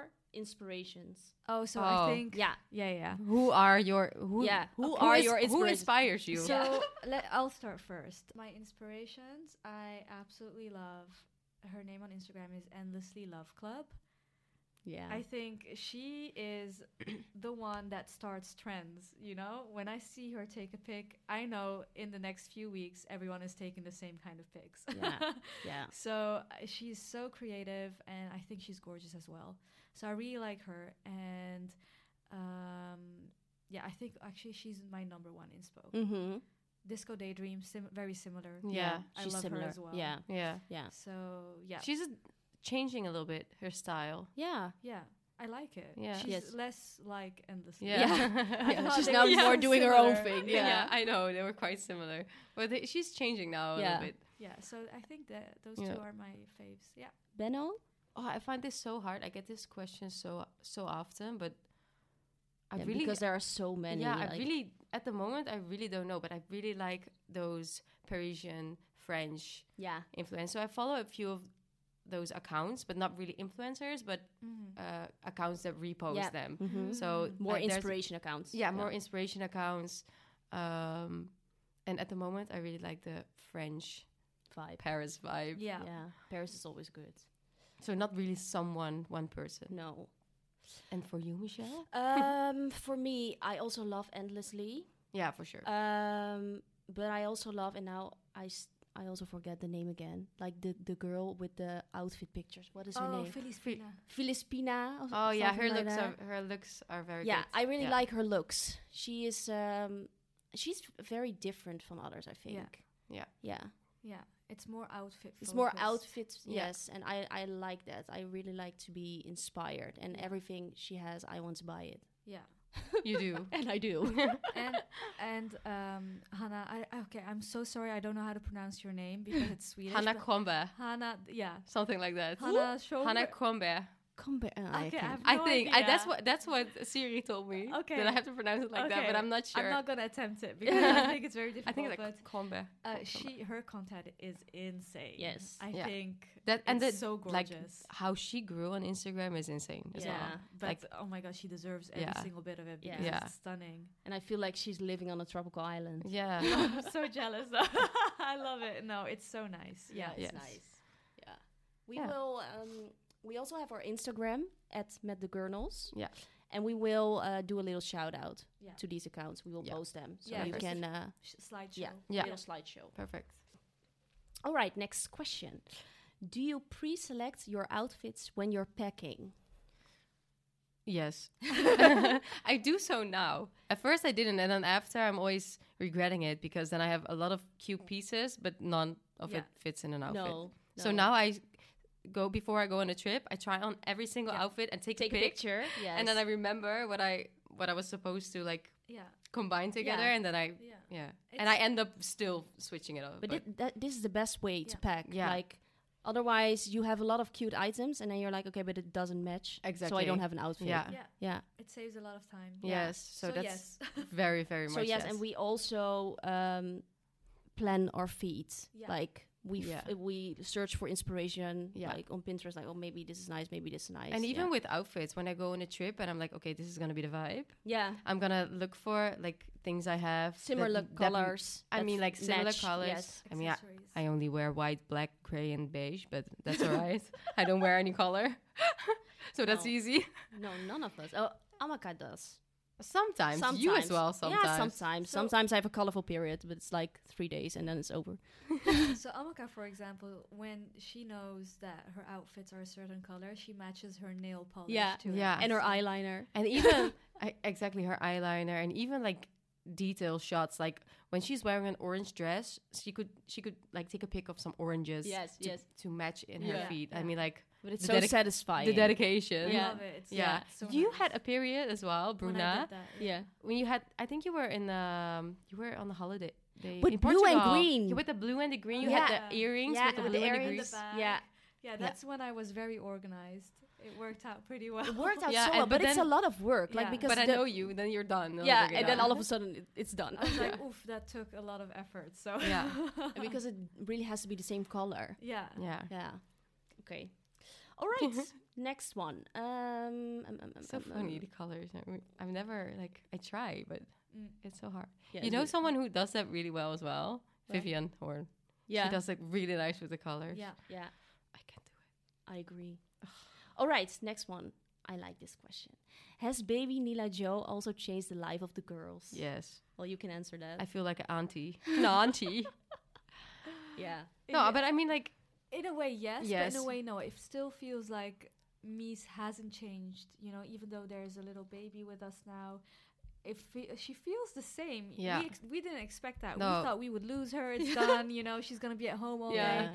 Speaker 4: inspirations.
Speaker 6: Oh, so
Speaker 5: Oh.
Speaker 6: I think.
Speaker 4: Yeah.
Speaker 6: Yeah, yeah.
Speaker 5: who are your who
Speaker 4: Yeah,
Speaker 5: who
Speaker 4: okay.
Speaker 5: are
Speaker 4: Who is-
Speaker 5: your
Speaker 4: who
Speaker 5: who
Speaker 4: is-
Speaker 5: inspires you
Speaker 6: So let, I'll start first. My inspirations, I absolutely love. Her name on Instagram is Endlessly Love Club.
Speaker 4: Yeah.
Speaker 6: I think she is the one that starts trends. You know, when I see her take a pic, I know in the next few weeks everyone is taking the same kind of pics.
Speaker 4: Yeah. yeah.
Speaker 6: So uh, she's so creative, and I think she's gorgeous as well. So I really like her, and um, yeah, I think actually she's my number one inspo.
Speaker 4: Mm-hmm.
Speaker 6: Disco Daydream, sim- very similar.
Speaker 5: Yeah.
Speaker 6: I
Speaker 4: She's
Speaker 6: love
Speaker 4: similar.
Speaker 6: her as well.
Speaker 4: Yeah.
Speaker 5: yeah
Speaker 4: Yeah.
Speaker 6: So yeah,
Speaker 5: she's changing a little bit her style
Speaker 4: Yeah.
Speaker 6: yeah, I like it.
Speaker 5: Yeah.
Speaker 6: she's
Speaker 4: Yes.
Speaker 6: less like endlessly.
Speaker 5: yeah,
Speaker 6: thought
Speaker 4: She's
Speaker 6: they
Speaker 4: now
Speaker 6: were
Speaker 4: more
Speaker 6: so
Speaker 4: doing her own
Speaker 6: similar.
Speaker 4: thing.
Speaker 5: Yeah.
Speaker 4: Yeah.
Speaker 5: I know they were quite similar, but they, she's changing now a
Speaker 4: Yeah.
Speaker 5: little bit.
Speaker 6: Yeah, so I think that those
Speaker 5: Yeah.
Speaker 6: two are my faves. Yeah.
Speaker 4: Benno?
Speaker 5: Oh, I find this so hard. I get this question so so often, but I
Speaker 4: Yeah,
Speaker 5: really,
Speaker 4: because there are so many.
Speaker 5: yeah, I
Speaker 4: like-
Speaker 5: really at the moment I really don't know, but I really like those Parisian French
Speaker 4: Yeah.
Speaker 5: influencers. So I follow a few of those accounts, but not really influencers, but
Speaker 6: Mm-hmm.
Speaker 5: uh, accounts that repost
Speaker 4: Yeah.
Speaker 5: them. So
Speaker 4: Mm. More
Speaker 5: like, Mm-hmm. there's-
Speaker 4: inspiration accounts.
Speaker 5: yeah, more inspiration accounts. Um, and at the moment, I really like the French
Speaker 4: vibe.
Speaker 5: Paris vibe.
Speaker 6: Yeah.
Speaker 4: Yeah. Paris is always good.
Speaker 5: So not really someone, one person.
Speaker 4: No.
Speaker 5: And for you, Michelle?
Speaker 4: Um, for me, I also love endlessly.
Speaker 5: Yeah, for sure.
Speaker 4: Um, but I also love, and now I s- I also forget the name again. Like the the girl with the outfit pictures. What is her
Speaker 6: Oh,
Speaker 4: name?
Speaker 6: Felispina.
Speaker 4: Filispina. or
Speaker 5: oh yeah,
Speaker 4: something
Speaker 5: her
Speaker 4: like
Speaker 5: looks
Speaker 4: that.
Speaker 5: are her looks are very
Speaker 4: Yeah,
Speaker 5: good.
Speaker 4: I really
Speaker 5: Yeah.
Speaker 4: like her looks. She is um, she's very different from others. I think.
Speaker 6: Yeah.
Speaker 5: Yeah.
Speaker 4: Yeah.
Speaker 6: Yeah, it's more outfit.
Speaker 4: It's more
Speaker 6: focused.
Speaker 4: outfit,
Speaker 5: Yeah.
Speaker 4: yes, and I, I like that. I really like to be inspired, and everything she has, I want to buy it,
Speaker 6: Yeah.
Speaker 5: you do.
Speaker 4: and I do.
Speaker 6: and and um, Hannah, I I- okay, I'm so sorry. I don't know how to pronounce your name because it's Swedish.
Speaker 5: Hannah
Speaker 6: but
Speaker 5: Kombe,
Speaker 6: Hannah, yeah.
Speaker 5: something like that.
Speaker 6: Hannah Schober.
Speaker 5: Hannah Kombe.
Speaker 4: Come back.
Speaker 6: Okay, I have
Speaker 5: I
Speaker 6: no
Speaker 5: think I, that's
Speaker 6: idea.
Speaker 5: what that's what Siri told me.
Speaker 6: Okay.
Speaker 5: That I have to pronounce it like that, but
Speaker 6: Okay,
Speaker 5: I'm not sure.
Speaker 6: I'm not gonna attempt it because I think it's very
Speaker 5: I
Speaker 6: difficult.
Speaker 5: think it's
Speaker 6: but
Speaker 5: like Kombe.
Speaker 6: uh, she her content is insane.
Speaker 4: Yes.
Speaker 6: I
Speaker 5: Yeah.
Speaker 6: think
Speaker 5: That and
Speaker 6: it's
Speaker 5: the,
Speaker 6: so
Speaker 5: like
Speaker 6: gorgeous.
Speaker 5: how she grew on Instagram is insane. As
Speaker 4: Yeah.
Speaker 5: well.
Speaker 6: but
Speaker 5: like
Speaker 6: oh my god, she deserves every
Speaker 5: Yeah.
Speaker 6: single bit of it.
Speaker 4: Yeah.
Speaker 6: Because
Speaker 5: Yeah.
Speaker 6: it's stunning.
Speaker 4: and I feel like she's living on a tropical island.
Speaker 5: yeah.
Speaker 6: I'm so jealous. though. I love it. No, it's so nice. Yeah.
Speaker 5: Yes.
Speaker 4: Yeah, we
Speaker 5: Yeah.
Speaker 4: will. Um, we also have our Instagram at Met the Gurnals,
Speaker 5: Yeah.
Speaker 4: and we will uh, do a little shout out
Speaker 6: Yeah.
Speaker 4: to these accounts. We will
Speaker 5: Yeah.
Speaker 4: post them so
Speaker 6: Yeah,
Speaker 4: you
Speaker 5: perfect.
Speaker 4: can. Uh,
Speaker 6: Sh- Slideshow.
Speaker 4: yeah,
Speaker 5: Yeah.
Speaker 4: little slideshow.
Speaker 5: Perfect.
Speaker 4: All right, next question. Do you pre-select your outfits when you're packing?
Speaker 5: Yes. I do so now. At first I didn't and then after I'm always regretting it because then I have a lot of cute pieces but none of
Speaker 6: Yeah.
Speaker 5: it fits in an outfit.
Speaker 4: No,
Speaker 5: So
Speaker 4: no.
Speaker 5: now I go before I go on a trip, I try on every single outfit and take,
Speaker 4: Take
Speaker 5: a,
Speaker 4: a
Speaker 5: pic,
Speaker 4: picture,
Speaker 5: And then I
Speaker 4: yes.
Speaker 5: remember what I what I was supposed to like
Speaker 6: Yeah.
Speaker 5: combine together
Speaker 4: Yeah.
Speaker 5: and then I yeah.
Speaker 6: Yeah.
Speaker 5: And I end up still switching it up.
Speaker 4: But, thi- that, this is the best way to
Speaker 6: Yeah.
Speaker 4: pack.
Speaker 5: Yeah.
Speaker 4: Like, otherwise you have a lot of cute items, and then you're like, okay, but it doesn't match. So I
Speaker 5: Exactly.
Speaker 4: don't have an outfit.
Speaker 5: yeah.
Speaker 6: Yeah.
Speaker 4: Yeah.
Speaker 6: It saves a lot of time.
Speaker 5: Yes. So,
Speaker 6: So
Speaker 5: that's
Speaker 6: yes.
Speaker 5: very very
Speaker 4: So
Speaker 5: much
Speaker 4: yes, and we also um, plan our feed.
Speaker 6: Yeah.
Speaker 4: Like we f-
Speaker 5: Yeah.
Speaker 4: we search for inspiration.
Speaker 5: Yeah.
Speaker 4: Like on Pinterest, like oh maybe this is nice, maybe this is nice.
Speaker 5: And
Speaker 4: Yeah.
Speaker 5: even with outfits, when I go on a trip and I'm like, okay, this is gonna be the vibe.
Speaker 4: yeah,
Speaker 5: I'm gonna look for like things I have that-
Speaker 4: similar
Speaker 5: that-
Speaker 4: colors.
Speaker 5: I
Speaker 4: that
Speaker 5: mean, like similar
Speaker 4: match,
Speaker 5: colors.
Speaker 4: Yes.
Speaker 5: I mean, I,
Speaker 6: Accessories.
Speaker 5: I only wear white, black, gray, and beige, but that's all right. I don't wear any color, so that's
Speaker 4: No.
Speaker 5: easy.
Speaker 4: No, none of us. Oh, Amaka does.
Speaker 5: Sometimes, you as well. Sometimes,
Speaker 4: Yeah, sometimes.
Speaker 6: So-
Speaker 4: sometimes I have a colorful period, but it's like three days and then it's over.
Speaker 6: so Amaka, for example, when she knows that her outfits are a certain color, she matches her nail polish
Speaker 4: Yeah.
Speaker 6: to it.
Speaker 5: Yeah.
Speaker 4: And her eyeliner.
Speaker 5: and even I, exactly her eyeliner, and even like detail shots. Like when she's wearing an orange dress, she could she could like take a pic of some oranges.
Speaker 4: Yes,
Speaker 5: to,
Speaker 4: yes.
Speaker 5: to match in her
Speaker 4: Yeah.
Speaker 5: feet. I
Speaker 6: Yeah.
Speaker 5: mean, like
Speaker 4: But it's
Speaker 5: the
Speaker 4: so
Speaker 5: dedica-
Speaker 4: satisfying.
Speaker 5: the dedication.
Speaker 6: I
Speaker 4: Yeah.
Speaker 6: love it. It's
Speaker 5: Yeah,
Speaker 6: it's so
Speaker 5: you
Speaker 6: nice.
Speaker 5: had a period as well, Bruna.
Speaker 6: When I did that,
Speaker 4: yeah.
Speaker 5: when you had i think you were in um you were on the holiday day
Speaker 4: With
Speaker 5: in
Speaker 4: blue and
Speaker 5: Portugal.
Speaker 4: green.
Speaker 5: Yeah, with the blue and the green you
Speaker 6: Yeah.
Speaker 5: had the earrings
Speaker 4: Yeah,
Speaker 5: with the
Speaker 4: with
Speaker 5: blue
Speaker 4: the
Speaker 5: and the
Speaker 4: earrings.
Speaker 5: green
Speaker 4: Greece. Yeah.
Speaker 6: Yeah, that's when I was very organized. It worked out pretty well.
Speaker 4: It worked out
Speaker 5: Yeah,
Speaker 4: so
Speaker 5: and-
Speaker 4: well, but,
Speaker 5: but
Speaker 4: it's a
Speaker 5: then-
Speaker 4: lot of work. Like
Speaker 6: Yeah.
Speaker 4: because
Speaker 5: but i
Speaker 4: the-
Speaker 5: know you then you're done I'll
Speaker 4: Yeah,
Speaker 5: figure it
Speaker 4: and then
Speaker 5: out.
Speaker 4: all of a sudden it, it's done.
Speaker 6: I was like, oof, that took a lot of effort. So
Speaker 5: yeah
Speaker 4: And because it really has to be the same color.
Speaker 6: yeah.
Speaker 5: yeah
Speaker 4: Yeah. Okay. All right. Next one. Um, um, um, um,
Speaker 5: so
Speaker 4: um,
Speaker 5: funny the
Speaker 4: um,
Speaker 5: colors I mean, i've never like i try but
Speaker 6: Mm.
Speaker 5: it's so hard
Speaker 4: yeah,
Speaker 5: you
Speaker 4: it's
Speaker 5: know
Speaker 4: really-
Speaker 5: someone who does that really well as well
Speaker 4: Well.
Speaker 5: vivian horn
Speaker 4: Yeah.
Speaker 5: she does like really nice with the colors
Speaker 6: Yeah.
Speaker 4: yeah.
Speaker 5: i can't do it
Speaker 4: I agree. All right, next one. I like this question. Has baby Nila Joe also changed the life of the girls?
Speaker 5: yes
Speaker 4: Well, you can answer that.
Speaker 5: i feel like an auntie an auntie
Speaker 4: yeah.
Speaker 5: no but i mean like
Speaker 6: In a way, yes,
Speaker 5: Yes.
Speaker 6: but in a way, no. It still feels like Mies hasn't changed. You know, even though there's a little baby with us now, if she feels the same.
Speaker 5: Yeah.
Speaker 6: we, ex- we didn't expect that.
Speaker 5: No.
Speaker 6: We thought we would lose her. It's done. You know, she's gonna be at home all
Speaker 5: Yeah.
Speaker 6: day.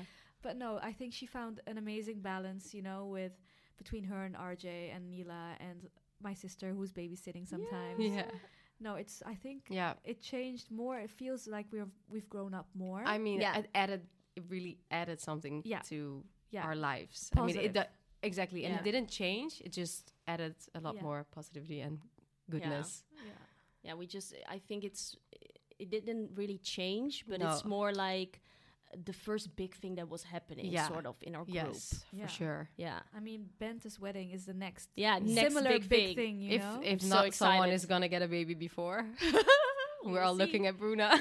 Speaker 6: But no, I think she found an amazing balance. You know, with between her and RJ and Nila and my sister who's babysitting sometimes.
Speaker 5: yeah
Speaker 6: No, it's I think
Speaker 5: yeah
Speaker 6: it changed more. It feels like we've we've grown up more.
Speaker 5: I mean,
Speaker 4: Yeah.
Speaker 5: it added it really added something
Speaker 6: Yeah.
Speaker 5: to
Speaker 6: Yeah.
Speaker 5: our lives. I mean,
Speaker 6: Positive.
Speaker 5: it do- exactly, and
Speaker 4: Yeah.
Speaker 5: it didn't change. It just added a lot
Speaker 6: Yeah.
Speaker 5: more positivity and goodness.
Speaker 6: yeah.
Speaker 4: Yeah, we just, I think it's, it didn't really change, but it's
Speaker 5: No.
Speaker 4: more like the first big thing that was happening,
Speaker 5: Yeah.
Speaker 4: sort of, in our group.
Speaker 5: Yes,
Speaker 6: Yeah.
Speaker 5: for sure.
Speaker 4: Yeah.
Speaker 6: I mean, Benta's wedding is the next
Speaker 4: Yeah, next
Speaker 6: similar
Speaker 4: big, thing.
Speaker 6: thing, you
Speaker 5: if
Speaker 6: know.
Speaker 5: if
Speaker 4: I'm so
Speaker 5: not, someone
Speaker 4: excited.
Speaker 5: is gonna get a baby before. We're all
Speaker 4: see.
Speaker 5: looking at Bruna.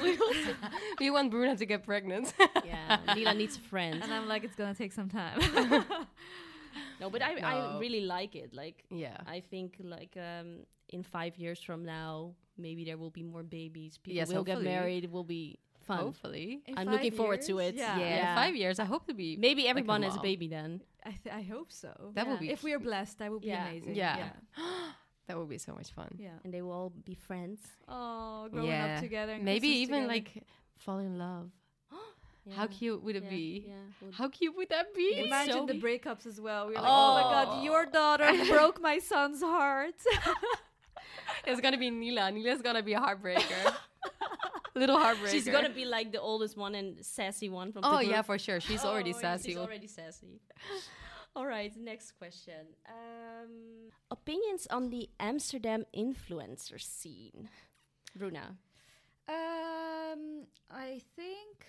Speaker 5: we want Bruna to get pregnant.
Speaker 4: yeah, Nila needs friends.
Speaker 6: and I'm like, it's gonna take some time.
Speaker 4: No, but I, I
Speaker 5: No.
Speaker 4: really like it. Like,
Speaker 5: yeah.
Speaker 4: I think like um, in five years from now, maybe there will be more babies. People
Speaker 5: Yes,
Speaker 4: will get
Speaker 5: hopefully.
Speaker 4: married. It will be fun.
Speaker 5: Hopefully.
Speaker 6: In
Speaker 4: I'm
Speaker 6: five
Speaker 4: looking forward to
Speaker 6: years?
Speaker 4: it.
Speaker 5: Yeah.
Speaker 6: Yeah,
Speaker 5: In
Speaker 4: Yeah.
Speaker 5: five years, I hope to be.
Speaker 4: Maybe everyone has a
Speaker 5: mom.
Speaker 4: baby then.
Speaker 6: I th- I hope so.
Speaker 5: That
Speaker 4: Yeah.
Speaker 5: would be.
Speaker 6: If we are blessed, that would be
Speaker 4: Yeah.
Speaker 6: amazing.
Speaker 5: Yeah.
Speaker 6: yeah.
Speaker 5: that would be so much fun.
Speaker 6: yeah.
Speaker 4: And they will all be friends.
Speaker 6: Oh, growing
Speaker 5: Yeah.
Speaker 6: up together. and
Speaker 5: Maybe
Speaker 6: Christmas
Speaker 5: even
Speaker 6: together.
Speaker 5: like fall in love. How
Speaker 4: Yeah.
Speaker 5: cute would it
Speaker 4: Yeah,
Speaker 5: be?
Speaker 4: yeah, would-
Speaker 5: How cute would that be?
Speaker 6: Imagine
Speaker 4: so
Speaker 6: the
Speaker 4: be-
Speaker 6: breakups as well. We were like, oh my
Speaker 5: Oh.
Speaker 6: god, your daughter broke my son's heart.
Speaker 5: It's gonna be Nila. Nila's gonna be a heartbreaker. Little heartbreaker.
Speaker 4: She's gonna be like the oldest one and sassy one from
Speaker 5: Oh
Speaker 4: the group.
Speaker 5: yeah, for sure. She's already
Speaker 4: Oh, yeah,
Speaker 5: sassy.
Speaker 4: She's already sassy. All right, next question. Um, opinions on the Amsterdam influencer scene, Bruna.
Speaker 6: um, I think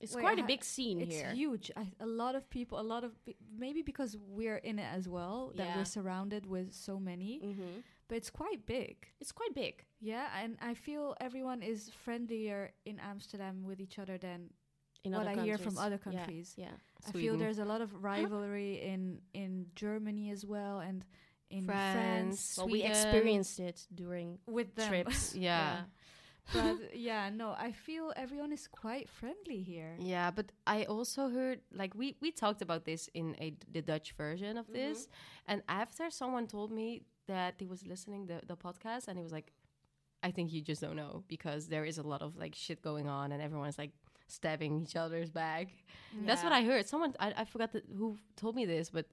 Speaker 4: It's
Speaker 6: Wait,
Speaker 4: quite a
Speaker 6: ha-
Speaker 4: big scene
Speaker 6: it's
Speaker 4: here.
Speaker 6: huge I, a lot of people a lot of pe- maybe because we're in it as well that
Speaker 4: Yeah.
Speaker 6: we're surrounded with so many
Speaker 4: Mhm.
Speaker 6: but it's quite big
Speaker 4: It's quite big.
Speaker 6: yeah and i feel everyone is friendlier in amsterdam with each other than
Speaker 4: In
Speaker 6: What
Speaker 4: other
Speaker 6: I hear from
Speaker 4: countries.
Speaker 6: other
Speaker 4: Yeah,
Speaker 6: countries.
Speaker 4: Yeah.
Speaker 6: i feel
Speaker 5: Sweden.
Speaker 6: there's a lot of rivalry in in germany as well and in
Speaker 5: France.
Speaker 6: france,
Speaker 4: Well, we um,
Speaker 5: Sweden.
Speaker 4: experienced it during
Speaker 6: with them
Speaker 4: trips.
Speaker 5: Yeah.
Speaker 6: but yeah no i feel everyone is quite friendly here
Speaker 5: Yeah, but I also heard like we we talked about this in a the Dutch version of this,
Speaker 4: Mm-hmm.
Speaker 5: and after someone told me that he was listening the the podcast and he was like, I think you just don't know because there is a lot of like shit going on and everyone's like stabbing each other's back. That's what I heard. Someone I, I forgot the, who told me this, but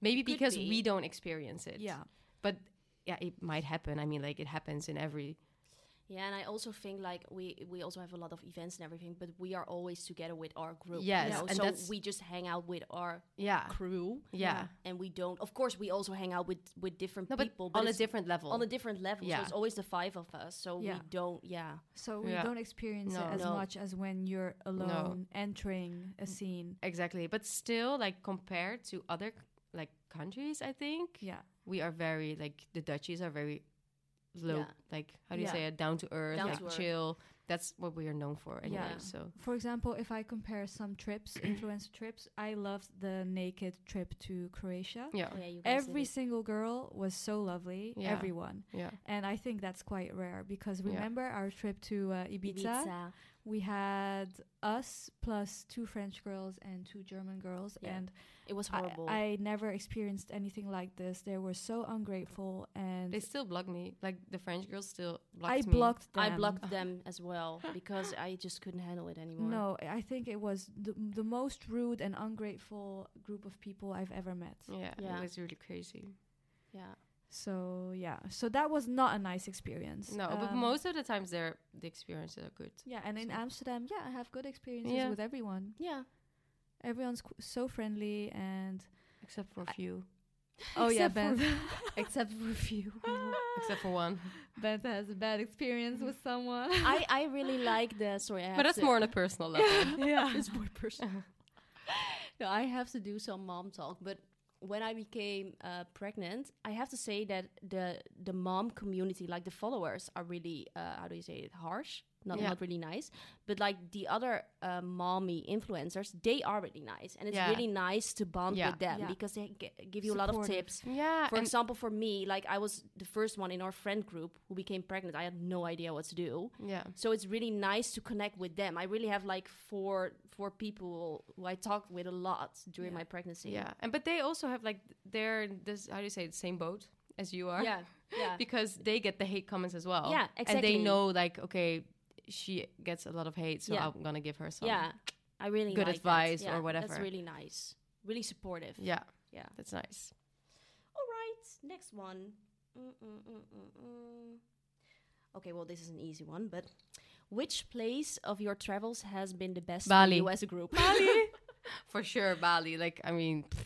Speaker 5: maybe
Speaker 4: Could
Speaker 5: because
Speaker 4: be.
Speaker 5: we don't experience it.
Speaker 6: yeah
Speaker 5: but yeah, it might happen. I mean, like it happens in every
Speaker 4: Yeah, and I also think like we we also have a lot of events and everything, but we are always together with our group. you
Speaker 5: Yes,
Speaker 4: know?
Speaker 5: and
Speaker 4: so
Speaker 5: that's-
Speaker 4: we just hang out with our
Speaker 5: Yeah.
Speaker 4: crew.
Speaker 5: Yeah.
Speaker 4: and we don't. Of course, we also hang out with with different
Speaker 5: No, but,
Speaker 4: people,
Speaker 5: on a
Speaker 4: it's
Speaker 5: different level.
Speaker 4: on a different level. So
Speaker 5: Yeah.
Speaker 4: it's always the five of us. So we
Speaker 6: Yeah.
Speaker 4: don't. Yeah,
Speaker 6: So we
Speaker 5: Yeah.
Speaker 6: don't experience
Speaker 5: No.
Speaker 6: it as
Speaker 4: No.
Speaker 6: much as when you're alone entering a scene.
Speaker 5: exactly. But still, like compared to other c- like countries, I think
Speaker 6: Yeah.
Speaker 5: we are very like the Dutchies are very low,
Speaker 4: Yeah.
Speaker 5: like how do you
Speaker 6: Yeah.
Speaker 5: say it, down to earth,
Speaker 4: Down
Speaker 5: like
Speaker 4: to earth.
Speaker 5: chill. That's what we are known for anyway.
Speaker 6: Yeah.
Speaker 5: So
Speaker 6: For example, if I compare some trips, influencer trips, I loved the naked trip to Croatia.
Speaker 5: yeah,
Speaker 4: yeah. You guys did
Speaker 6: Every
Speaker 4: it.
Speaker 6: single girl was so lovely,
Speaker 5: Yeah.
Speaker 6: everyone.
Speaker 5: yeah,
Speaker 6: And I think that's quite rare because
Speaker 5: Yeah.
Speaker 6: remember our trip to uh, Ibiza?
Speaker 4: Ibiza.
Speaker 6: We had us plus two French girls and two German girls,
Speaker 4: Yeah.
Speaker 6: and
Speaker 4: It was
Speaker 6: I-
Speaker 4: horrible.
Speaker 6: I, never experienced anything like this. They were so ungrateful, and
Speaker 5: They still block me. Like the French girls still blocked
Speaker 6: I
Speaker 5: me.
Speaker 6: blocked them.
Speaker 4: I blocked them as well because I just couldn't handle it anymore.
Speaker 6: No, I think it was the, the most rude and ungrateful group of people I've ever met.
Speaker 5: Yeah,
Speaker 4: Yeah.
Speaker 5: it was really crazy.
Speaker 4: Yeah.
Speaker 6: So yeah, so that was not a nice experience.
Speaker 5: No, but
Speaker 6: Um,
Speaker 5: most of the times, they're the experiences are good.
Speaker 6: yeah, and in
Speaker 5: so-
Speaker 6: Amsterdam, yeah, I have good experiences
Speaker 5: Yeah.
Speaker 6: with everyone.
Speaker 4: Yeah.
Speaker 6: Everyone's qu- so friendly and
Speaker 5: Except for a few.
Speaker 6: oh yeah,
Speaker 5: Except
Speaker 6: Ben.
Speaker 5: for-
Speaker 6: except for few.
Speaker 5: Except for one.
Speaker 6: Ben has a bad experience with someone.
Speaker 4: I, I really like the sorry. I have
Speaker 5: But that's
Speaker 4: to-
Speaker 5: more on a personal level.
Speaker 6: yeah.
Speaker 4: It's more personal. no, I have to do some mom talk, but when I became uh, pregnant, I have to say that the the mom community, like the followers, are really uh, how do you say it, harsh, not
Speaker 5: Yeah.
Speaker 4: not really nice. But like the other uh, mommy influencers, they are really nice, and it's
Speaker 5: Yeah.
Speaker 4: really nice to bond
Speaker 5: Yeah.
Speaker 4: with them
Speaker 6: Yeah.
Speaker 4: because they g- give you a lot of
Speaker 6: Supportive.
Speaker 4: tips.
Speaker 5: yeah.
Speaker 4: For
Speaker 5: and-
Speaker 4: example, for me, like I was the first one in our friend group who became pregnant. I had no idea what to do.
Speaker 5: yeah.
Speaker 4: So it's really nice to connect with them. I really have like four four people who I talked with a lot during my pregnancy.
Speaker 5: Yeah. And but they also have like they're in this how do you say it, same boat as you are.
Speaker 4: Yeah. Yeah.
Speaker 5: because they get the hate comments as well.
Speaker 4: Yeah,
Speaker 5: And they
Speaker 4: exactly.
Speaker 5: know like, okay, she gets a lot of hate, so
Speaker 4: Yeah.
Speaker 5: I'm gonna give her some
Speaker 4: yeah. I really
Speaker 5: Good
Speaker 4: like that.
Speaker 5: advice or
Speaker 4: Yeah, That's
Speaker 5: whatever.
Speaker 4: really nice. Really supportive.
Speaker 5: Yeah.
Speaker 4: Yeah.
Speaker 5: That's nice.
Speaker 4: All right. Next one. Mm-mm-mm-mm-mm. Okay, well this is an easy one, but which place of your travels has been the best
Speaker 5: Bali.
Speaker 4: for you as a group? Bali.
Speaker 5: For sure, Bali. Like I mean pff,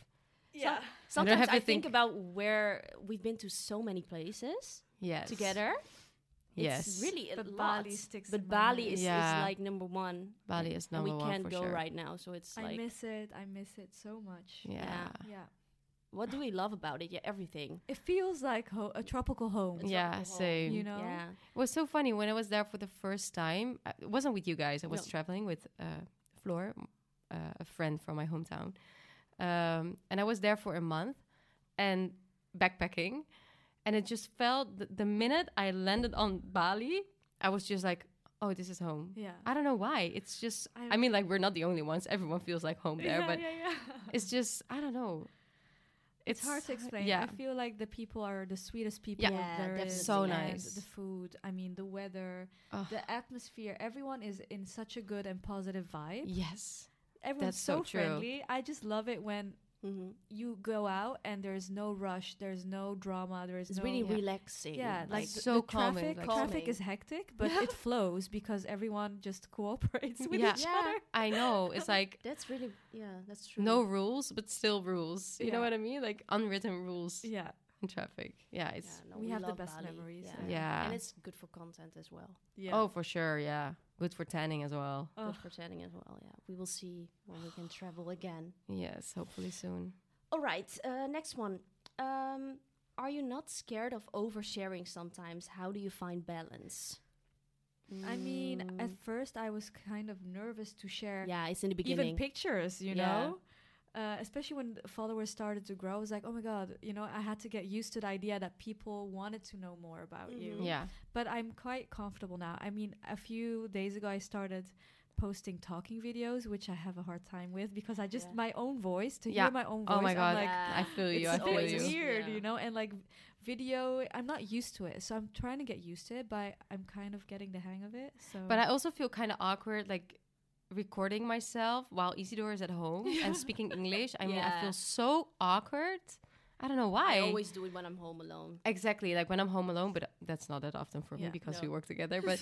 Speaker 4: yeah.
Speaker 5: I don't
Speaker 4: Sometimes
Speaker 5: have
Speaker 4: I,
Speaker 5: to
Speaker 4: think,
Speaker 5: think.
Speaker 4: about where we've been to so many places
Speaker 5: yes.
Speaker 4: together.
Speaker 5: Yes.
Speaker 4: It's really a
Speaker 6: But
Speaker 4: lot.
Speaker 6: Bali sticks in
Speaker 4: but
Speaker 6: my
Speaker 4: Bali
Speaker 6: mind.
Speaker 4: is, is
Speaker 5: Yeah.
Speaker 4: like number one.
Speaker 5: Bali is
Speaker 4: and
Speaker 5: number
Speaker 4: we
Speaker 5: one
Speaker 4: can't
Speaker 5: for
Speaker 4: go
Speaker 5: sure.
Speaker 4: right now, so it's
Speaker 6: I
Speaker 4: like
Speaker 6: miss it. I miss it so much.
Speaker 5: Yeah.
Speaker 4: Yeah.
Speaker 6: Yeah.
Speaker 4: what do we love about it? Yeah, everything.
Speaker 6: It feels like ho- a tropical home.
Speaker 4: It's
Speaker 5: Yeah,
Speaker 4: like oh, the whole-
Speaker 5: same.
Speaker 6: You know.
Speaker 4: Yeah.
Speaker 5: It was so funny when I was there for the first time. I- It wasn't with you guys. I was
Speaker 4: No.
Speaker 5: traveling with uh, Floor, m- uh, a friend from my hometown, um, and I was there for a month and backpacking, and it just felt th- the minute I landed on Bali, I was just like, "Oh, this is home."
Speaker 6: Yeah.
Speaker 5: I don't know why. It's just.
Speaker 6: I
Speaker 5: I, mean, like we're not the only ones. Everyone feels like home there, but it's just. I don't know.
Speaker 6: It's hard to explain.
Speaker 5: Yeah.
Speaker 6: I feel like the people are the sweetest people.
Speaker 4: Yeah,
Speaker 6: there
Speaker 4: definitely.
Speaker 6: is,
Speaker 5: So
Speaker 6: and
Speaker 5: nice.
Speaker 6: The food, I mean, the weather,
Speaker 5: Ugh.
Speaker 6: the atmosphere. Everyone is in such a good and positive vibe.
Speaker 5: Yes.
Speaker 6: Everyone's
Speaker 5: that's so
Speaker 6: so,
Speaker 5: true.
Speaker 6: friendly. I just love it when
Speaker 4: Mhm.
Speaker 6: you go out and there's no rush, there's no drama, there is
Speaker 4: It's
Speaker 6: no
Speaker 4: really
Speaker 5: Yeah.
Speaker 4: relaxing.
Speaker 6: yeah, like
Speaker 5: It's
Speaker 6: th-
Speaker 5: so
Speaker 6: the
Speaker 5: calming,
Speaker 6: Traffic,
Speaker 5: like-
Speaker 6: traffic
Speaker 4: Calming.
Speaker 6: is hectic, but it flows because everyone just cooperates with
Speaker 5: yeah.
Speaker 6: each
Speaker 4: Yeah.
Speaker 6: other.
Speaker 5: I know. It's like
Speaker 4: that's really yeah, that's true.
Speaker 5: no rules, but still rules. You know
Speaker 6: Yeah.
Speaker 5: what I mean? Like unwritten rules
Speaker 6: Yeah,
Speaker 5: in traffic. Yeah,
Speaker 4: Yeah,
Speaker 5: it's
Speaker 4: no,
Speaker 6: we have the
Speaker 4: love
Speaker 6: best
Speaker 4: Bali.
Speaker 6: memories
Speaker 4: Yeah.
Speaker 6: there.
Speaker 5: Yeah.
Speaker 4: and it's good for content as well.
Speaker 6: yeah.
Speaker 5: oh for sure. Yeah, good for tanning as well.
Speaker 6: Ugh.
Speaker 4: Good for chatting as well. Yeah, we will see when we can travel again.
Speaker 5: Yes, hopefully soon.
Speaker 4: All right, uh, next one. Um, are you not scared of oversharing sometimes? How do you find balance? Mm,
Speaker 6: I mean,
Speaker 5: mm.
Speaker 6: at first I was kind of nervous to share
Speaker 4: Yeah, it's in the beginning.
Speaker 6: even pictures, you
Speaker 4: Yeah.
Speaker 6: know? Uh, especially when the followers started to grow, I was like, oh my God, you know, I had to get used to the idea that people wanted to know more about you.
Speaker 5: Mm-hmm. Yeah,
Speaker 6: But I'm quite comfortable now. I mean, a few days ago, I started posting talking videos, which I have a hard time with because I just,
Speaker 4: Yeah.
Speaker 6: my own voice, to
Speaker 5: yeah.
Speaker 6: hear my own voice,
Speaker 5: oh my god,
Speaker 6: I'm like,
Speaker 5: I feel you.
Speaker 6: it's
Speaker 5: I
Speaker 4: so
Speaker 5: feel
Speaker 6: always
Speaker 5: you.
Speaker 4: easy.
Speaker 6: weird,
Speaker 4: Yeah.
Speaker 6: you know? And like video, I'm not used to it. So I'm trying to get used to it, but I'm kind of getting the hang of it. So,
Speaker 5: But I also feel kind of awkward, like recording myself while Isidore is at home and speaking English. I mean, I
Speaker 4: Yeah.
Speaker 5: feel so awkward. I don't know why.
Speaker 4: I always do it when I'm home alone.
Speaker 5: exactly like when I'm home alone, but that's not that often for me
Speaker 4: Yeah,
Speaker 5: because
Speaker 4: no.
Speaker 5: we work together. But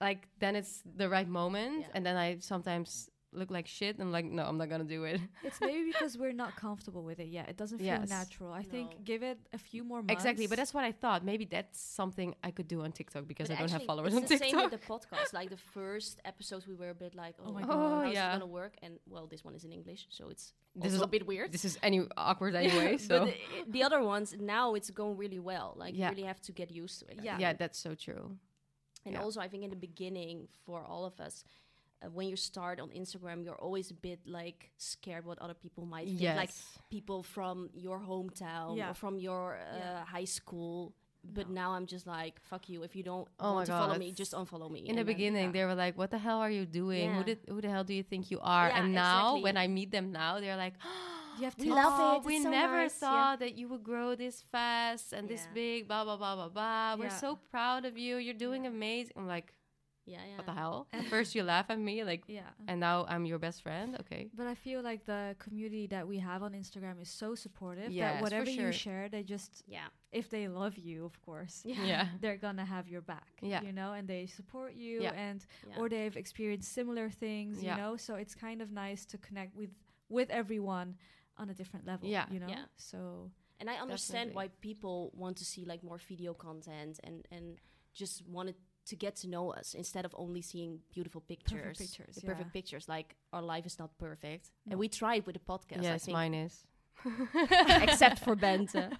Speaker 5: like then it's the right moment,
Speaker 4: Yeah.
Speaker 5: and then I sometimes look like shit. And I'm like, no, I'm not gonna do it.
Speaker 6: It's maybe because we're not comfortable with it yet. It doesn't feel
Speaker 5: Yes.
Speaker 6: natural. I
Speaker 4: No.
Speaker 6: think give it a few more months.
Speaker 5: Exactly, but that's what I thought. Maybe that's something I could do on TikTok because
Speaker 4: But
Speaker 5: I don't have
Speaker 4: actually,
Speaker 5: followers
Speaker 4: it's
Speaker 5: on
Speaker 4: the
Speaker 5: TikTok.
Speaker 4: Same with the podcast. Like the first episodes, we were a bit like, "Oh,
Speaker 6: my
Speaker 4: my god,
Speaker 6: God. Oh,
Speaker 4: how's
Speaker 5: yeah.
Speaker 4: it gonna work?" And well, this one is in English, so it's
Speaker 5: This
Speaker 4: also
Speaker 5: is
Speaker 4: a bit weird.
Speaker 5: This is any awkward anyway. so
Speaker 4: but the, the other ones now it's going really well. Like
Speaker 5: Yeah.
Speaker 4: you really have to get used to it. I
Speaker 5: yeah.
Speaker 4: think.
Speaker 5: that's so true.
Speaker 4: And
Speaker 5: Yeah.
Speaker 4: also, I think in the beginning for all of us, uh, when you start on Instagram, you're always a bit like scared what other people might think. Like
Speaker 5: Yes.
Speaker 4: people from your hometown
Speaker 6: Yeah.
Speaker 4: or from your uh,
Speaker 6: Yeah.
Speaker 4: high school. But now I'm just like, fuck you. If you don't
Speaker 5: Oh my
Speaker 4: want to follow
Speaker 5: God,
Speaker 4: me,
Speaker 5: that's-
Speaker 4: just unfollow me.
Speaker 5: In the
Speaker 4: And then-
Speaker 5: beginning,
Speaker 4: yeah.
Speaker 5: they were like, "What the hell are you doing? Who
Speaker 4: Yeah.
Speaker 5: did, who the hell do you think you are?"
Speaker 4: Yeah,
Speaker 5: and now,
Speaker 4: exactly.
Speaker 5: when I meet them now, they're like,
Speaker 6: you have to
Speaker 5: "We
Speaker 4: love
Speaker 5: oh,
Speaker 4: it,
Speaker 5: We
Speaker 4: it's so
Speaker 5: never
Speaker 4: nice," yeah.
Speaker 5: thought that you would grow this fast and this
Speaker 4: Yeah.
Speaker 5: big." Blah blah blah blah blah. We're
Speaker 6: Yeah.
Speaker 5: so proud of you. You're doing amazing. I'm like,
Speaker 4: yeah, yeah.
Speaker 5: "What the hell?" At first, you laugh at me, like,
Speaker 6: Yeah.
Speaker 5: and now I'm your best friend. Okay.
Speaker 6: But I feel like the community that we have on Instagram is so supportive
Speaker 5: Yes, for
Speaker 6: that whatever
Speaker 5: sure.
Speaker 6: you share, they just
Speaker 4: Yeah.
Speaker 6: if they love you, of course,
Speaker 5: Yeah.
Speaker 6: they're gonna have your back.
Speaker 5: Yeah.
Speaker 6: You know, and they support you
Speaker 5: Yeah.
Speaker 6: and
Speaker 4: Yeah.
Speaker 6: or they've experienced similar things,
Speaker 5: Yeah.
Speaker 6: you know. So it's kind of nice to connect with with everyone on a different level.
Speaker 5: Yeah.
Speaker 6: You know?
Speaker 4: Yeah.
Speaker 6: So
Speaker 4: And I understand
Speaker 5: Definitely.
Speaker 4: why people want to see like more video content and and just wanted to get to know us instead of only seeing beautiful pictures.
Speaker 6: pictures,
Speaker 4: the perfect
Speaker 6: yeah.
Speaker 4: pictures. Like our life is not perfect, and we tried with the podcast. I
Speaker 5: yes,
Speaker 4: think,
Speaker 5: mine is.
Speaker 4: except for Bente.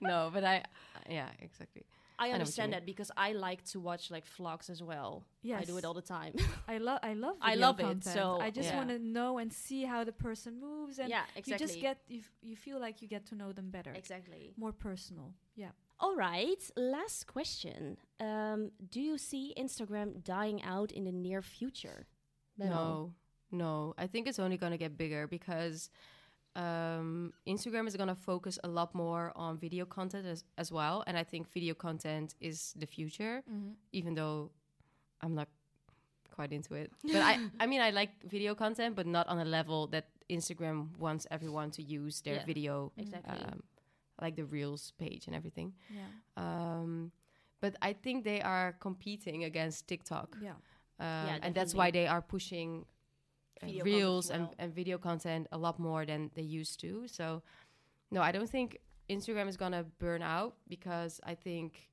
Speaker 5: no, but I, yeah, exactly.
Speaker 4: I
Speaker 5: you
Speaker 4: understand
Speaker 5: mean.
Speaker 4: that because I like to watch like vlogs as well. I do
Speaker 6: Yes.
Speaker 4: it all the time.
Speaker 6: I love I love
Speaker 4: I
Speaker 6: video
Speaker 4: love it,
Speaker 6: content.
Speaker 4: so-
Speaker 6: I just
Speaker 5: Yeah.
Speaker 6: want to know and see how the person moves and
Speaker 4: Yeah,
Speaker 6: you
Speaker 4: exactly.
Speaker 6: just get you, f- you feel like you get to know them better.
Speaker 4: exactly.
Speaker 6: More personal. Yeah.
Speaker 4: All right, last question. Um, do you see Instagram dying out in the near future?
Speaker 5: No,
Speaker 4: um,
Speaker 5: no. I think it's only going to get bigger because um, Instagram is going to focus a lot more on video content as, as well. And I think video content is the future, even though I'm not quite into it. But I, I mean, I like video content, but not on a level that Instagram wants everyone to use their
Speaker 4: Yeah,
Speaker 5: video,
Speaker 4: exactly.
Speaker 5: um, like the Reels page and everything.
Speaker 6: Yeah.
Speaker 5: Um, but I think they are competing against TikTok.
Speaker 6: Yeah.
Speaker 5: Um, and that's why they are pushing uh,
Speaker 4: Video content as
Speaker 5: reels and,
Speaker 4: well.
Speaker 5: and video content a lot more than they used to. So, no, I don't think Instagram is gonna burn out because I think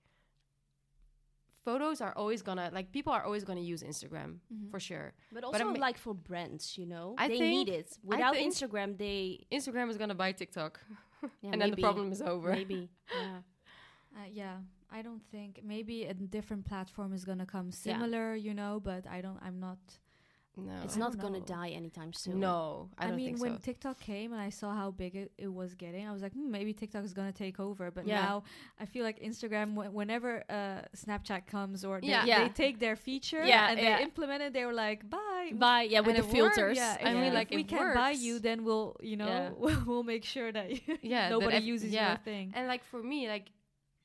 Speaker 5: photos are always gonna like people are always gonna use Instagram for sure.
Speaker 4: Mm-hmm. But
Speaker 5: But I
Speaker 4: also,
Speaker 5: mean-
Speaker 4: like for brands, you know,
Speaker 5: I
Speaker 4: they
Speaker 5: think-
Speaker 4: need it.
Speaker 5: I
Speaker 4: Without
Speaker 5: think-
Speaker 4: Instagram, they
Speaker 5: Instagram is gonna buy TikTok,
Speaker 4: Yeah,
Speaker 5: and then the
Speaker 4: maybe.
Speaker 5: problem is over.
Speaker 4: maybe. yeah.
Speaker 6: Uh, yeah, I don't think maybe a different platform is gonna come similar, you know. But I don't. I'm not.
Speaker 5: No,
Speaker 4: It's
Speaker 5: I
Speaker 4: not
Speaker 5: don't
Speaker 4: gonna
Speaker 5: know.
Speaker 4: die anytime soon.
Speaker 5: No, I
Speaker 6: I,
Speaker 5: don't
Speaker 6: mean,
Speaker 5: think
Speaker 6: when
Speaker 5: so.
Speaker 6: TikTok came and I saw how big it, it was getting, I was like, hmm, maybe TikTok is gonna take over. But
Speaker 5: Yeah.
Speaker 6: now I feel like Instagram, wh- whenever uh, Snapchat comes or they,
Speaker 5: Yeah.
Speaker 6: they
Speaker 5: Yeah.
Speaker 6: take their feature
Speaker 4: Yeah,
Speaker 6: and
Speaker 4: yeah.
Speaker 6: they implement it, they were like, bye.
Speaker 4: By yeah, with
Speaker 5: And
Speaker 4: the
Speaker 5: it works,
Speaker 4: filters.
Speaker 6: Yeah,
Speaker 5: I
Speaker 6: if-
Speaker 5: mean,
Speaker 6: if
Speaker 5: like,
Speaker 6: we
Speaker 5: it
Speaker 6: can buy
Speaker 5: works.
Speaker 6: you, then we'll, you know,
Speaker 4: Yeah.
Speaker 6: we'll, we'll make sure that
Speaker 5: yeah that
Speaker 6: nobody
Speaker 5: ev-
Speaker 6: uses
Speaker 5: yeah.
Speaker 6: your thing.
Speaker 5: and like for me like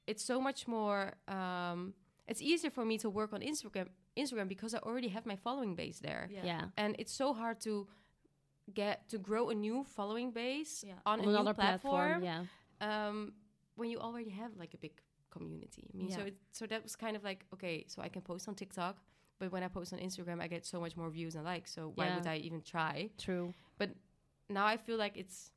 Speaker 5: it's so much more um it's easier for me to work on instagram instagram because i already have my following base there
Speaker 4: Yeah.
Speaker 5: and it's so hard to get to grow a new following base
Speaker 6: Yeah.
Speaker 5: on,
Speaker 4: On
Speaker 5: a
Speaker 4: another
Speaker 5: new platform,
Speaker 4: platform. Yeah.
Speaker 5: um when you already have like a big community i mean so
Speaker 6: Yeah.
Speaker 5: it, so that was kind of like okay so i can post on tiktok but when i post on instagram i get so much more views and likes so why
Speaker 4: Yeah.
Speaker 5: would i even try
Speaker 4: True.
Speaker 5: but now i feel like it's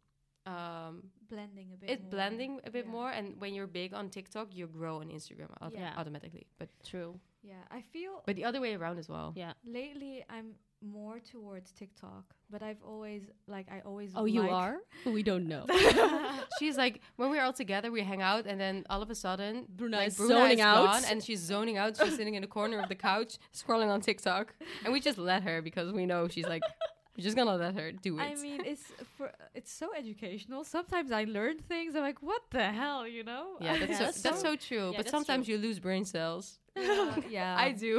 Speaker 5: um
Speaker 6: blending a bit.
Speaker 5: it's
Speaker 6: more.
Speaker 5: blending a bit
Speaker 6: Yeah.
Speaker 5: more and when you're big on tiktok you grow on instagram au-
Speaker 4: Yeah.
Speaker 5: automatically but
Speaker 4: True.
Speaker 6: Yeah, I feel
Speaker 5: but the other way around as well
Speaker 4: Yeah.
Speaker 6: Lately, I'm more towards TikTok, but I've always like I always.
Speaker 4: Oh, you
Speaker 6: like-
Speaker 4: are? We don't know.
Speaker 5: she's like when we're all together we hang out and then all of a sudden
Speaker 4: Bruna
Speaker 5: like,
Speaker 4: is zoning out.
Speaker 5: gone, and she's zoning out she's sitting in the corner of the couch scrolling on tiktok and we just let her because we know she's like we're just gonna let her do it
Speaker 6: I mean, it's for it's so educational. Sometimes I learn things. I'm like, what the hell, you know?
Speaker 5: yeah that's, so,
Speaker 4: that's
Speaker 5: that's
Speaker 4: so-
Speaker 5: so true
Speaker 4: yeah,
Speaker 5: but
Speaker 4: that's
Speaker 5: sometimes you lose brain cells
Speaker 6: Yeah, yeah.
Speaker 5: i do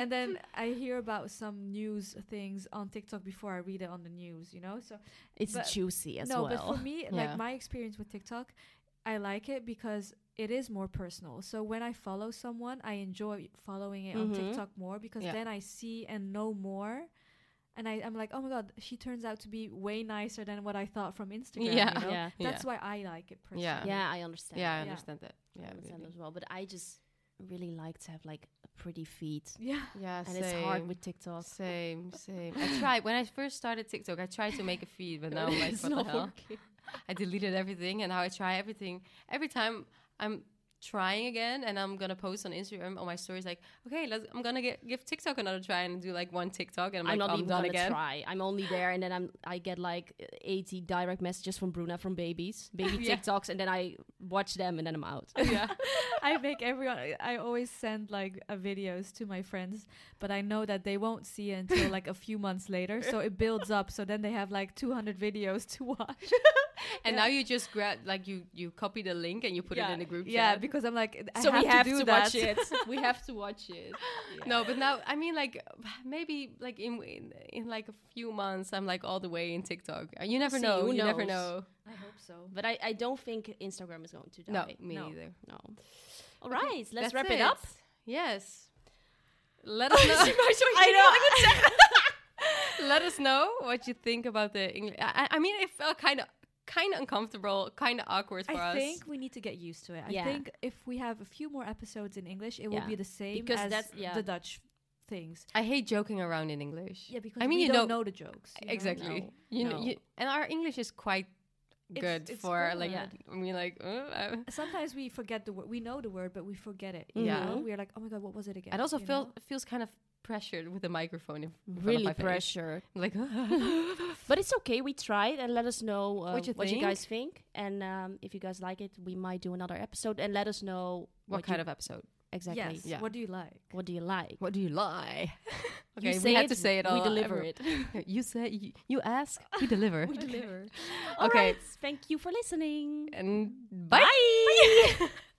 Speaker 6: and then I hear about some news things on TikTok before I read it on the news, you know. So
Speaker 4: It's
Speaker 6: But-
Speaker 4: juicy as
Speaker 6: no,
Speaker 4: well.
Speaker 6: but for me,
Speaker 5: Yeah.
Speaker 6: like my experience with TikTok, I like it because it is more personal. So when I follow someone, I enjoy following it on
Speaker 4: Mhm.
Speaker 6: TikTok more because
Speaker 5: Yeah.
Speaker 6: then I see and know more and I, I'm like, oh my god, she turns out to be way nicer than what I thought from Instagram.
Speaker 5: Yeah.
Speaker 6: you know?
Speaker 4: Yeah.
Speaker 6: That's
Speaker 5: Yeah.
Speaker 6: why I like it personally.
Speaker 5: Yeah.
Speaker 4: yeah, I understand.
Speaker 5: Yeah, I
Speaker 6: Yeah.
Speaker 5: understand that.
Speaker 4: I
Speaker 5: Yeah,
Speaker 4: understand
Speaker 5: really.
Speaker 4: as well. But I just really like to have like a pretty feet,
Speaker 6: yeah,
Speaker 5: yeah.
Speaker 4: and it's hard
Speaker 5: same.
Speaker 4: with TikTok.
Speaker 5: Same, same. I tried when I first started TikTok. I tried to make a feed, but now I'm like,
Speaker 4: It's
Speaker 5: what the
Speaker 4: not
Speaker 5: hell?
Speaker 4: working.
Speaker 5: I deleted everything, and now I try everything. Every time I'm trying again, and I'm gonna post on Instagram on my stories like, okay, let's. I'm gonna get, give TikTok another try and do like one TikTok, and I'm,
Speaker 4: I'm
Speaker 5: like,
Speaker 4: not
Speaker 5: I'm
Speaker 4: even
Speaker 5: done
Speaker 4: gonna
Speaker 5: again.
Speaker 4: try. I'm only there, and then I'm I get like 80 direct messages from Bruna from babies, baby
Speaker 5: Yeah.
Speaker 4: TikToks, and then I watch them, and then I'm out.
Speaker 5: Yeah,
Speaker 6: I make everyone. I- I always send like uh, videos to my friends, but I know that they won't see it until like a few months later. So it builds up. So then they have like 200 videos to watch.
Speaker 5: and now you just grab like you you copy the link and you put it in the group.
Speaker 6: Yeah,
Speaker 5: chat.
Speaker 6: because I'm like, I
Speaker 4: so
Speaker 6: have
Speaker 4: we have
Speaker 6: to, do
Speaker 4: to
Speaker 6: that.
Speaker 4: watch it. we have to watch it.
Speaker 5: No, but now I mean, like maybe like in, in in like a few months, I'm like all the way in TikTok. Uh, You never
Speaker 4: see,
Speaker 5: know.
Speaker 4: who
Speaker 5: You never
Speaker 4: knows?
Speaker 5: know.
Speaker 6: I hope so.
Speaker 4: But I, I don't think Instagram is going to
Speaker 5: No,
Speaker 4: die.
Speaker 5: me
Speaker 4: no.
Speaker 5: neither.
Speaker 4: No. All right, let's
Speaker 5: That's
Speaker 4: wrap it, up.
Speaker 5: Yes. Let us know. Let us know what you think about the English. I, I mean, it felt kind of kind of uncomfortable, kind of awkward for
Speaker 6: I
Speaker 5: us.
Speaker 6: think we need to get used to it. I
Speaker 4: Yeah.
Speaker 6: think if we have a few more episodes in English, it
Speaker 4: Yeah.
Speaker 6: will be the same
Speaker 4: Because
Speaker 6: as
Speaker 4: that's- yeah.
Speaker 6: the Dutch things.
Speaker 5: I hate joking around in English.
Speaker 6: Yeah, because
Speaker 5: I mean
Speaker 6: we
Speaker 5: you
Speaker 6: don't
Speaker 5: know
Speaker 6: know the jokes. you know?
Speaker 5: exactly.
Speaker 4: No,
Speaker 5: You know,
Speaker 4: no.
Speaker 5: you, and our English is quite
Speaker 6: It's-
Speaker 5: good
Speaker 6: it's
Speaker 5: for
Speaker 6: good.
Speaker 5: like
Speaker 4: Yeah.
Speaker 5: I mean like uh, I-
Speaker 6: Sometimes we forget the word. We know the word, but we forget it. you
Speaker 5: Yeah.
Speaker 6: know? we're like, oh my god, what was it again?
Speaker 5: It also
Speaker 6: you
Speaker 5: feel,
Speaker 6: know?
Speaker 5: feels kind of pressured with the microphone in front of
Speaker 4: Really
Speaker 5: my face.
Speaker 4: pressure.
Speaker 5: Like,
Speaker 4: But it's okay. We tried and let us know uh,
Speaker 5: What you think.
Speaker 4: guys think. And um, if you guys like it, we might do another episode and let us know
Speaker 5: what kind
Speaker 4: you-
Speaker 5: of episode?
Speaker 4: exactly.
Speaker 6: Yes.
Speaker 5: Yeah.
Speaker 6: What do you like?
Speaker 4: What do you like?
Speaker 5: What do you lie?
Speaker 4: You
Speaker 5: okay,
Speaker 4: say
Speaker 5: we had
Speaker 4: it,
Speaker 5: to say it all.
Speaker 4: We deliver
Speaker 5: every-
Speaker 4: it.
Speaker 5: You say you, you ask, we deliver.
Speaker 4: deliver.
Speaker 5: Okay.
Speaker 4: Thank you for listening.
Speaker 5: And bye.
Speaker 4: Bye.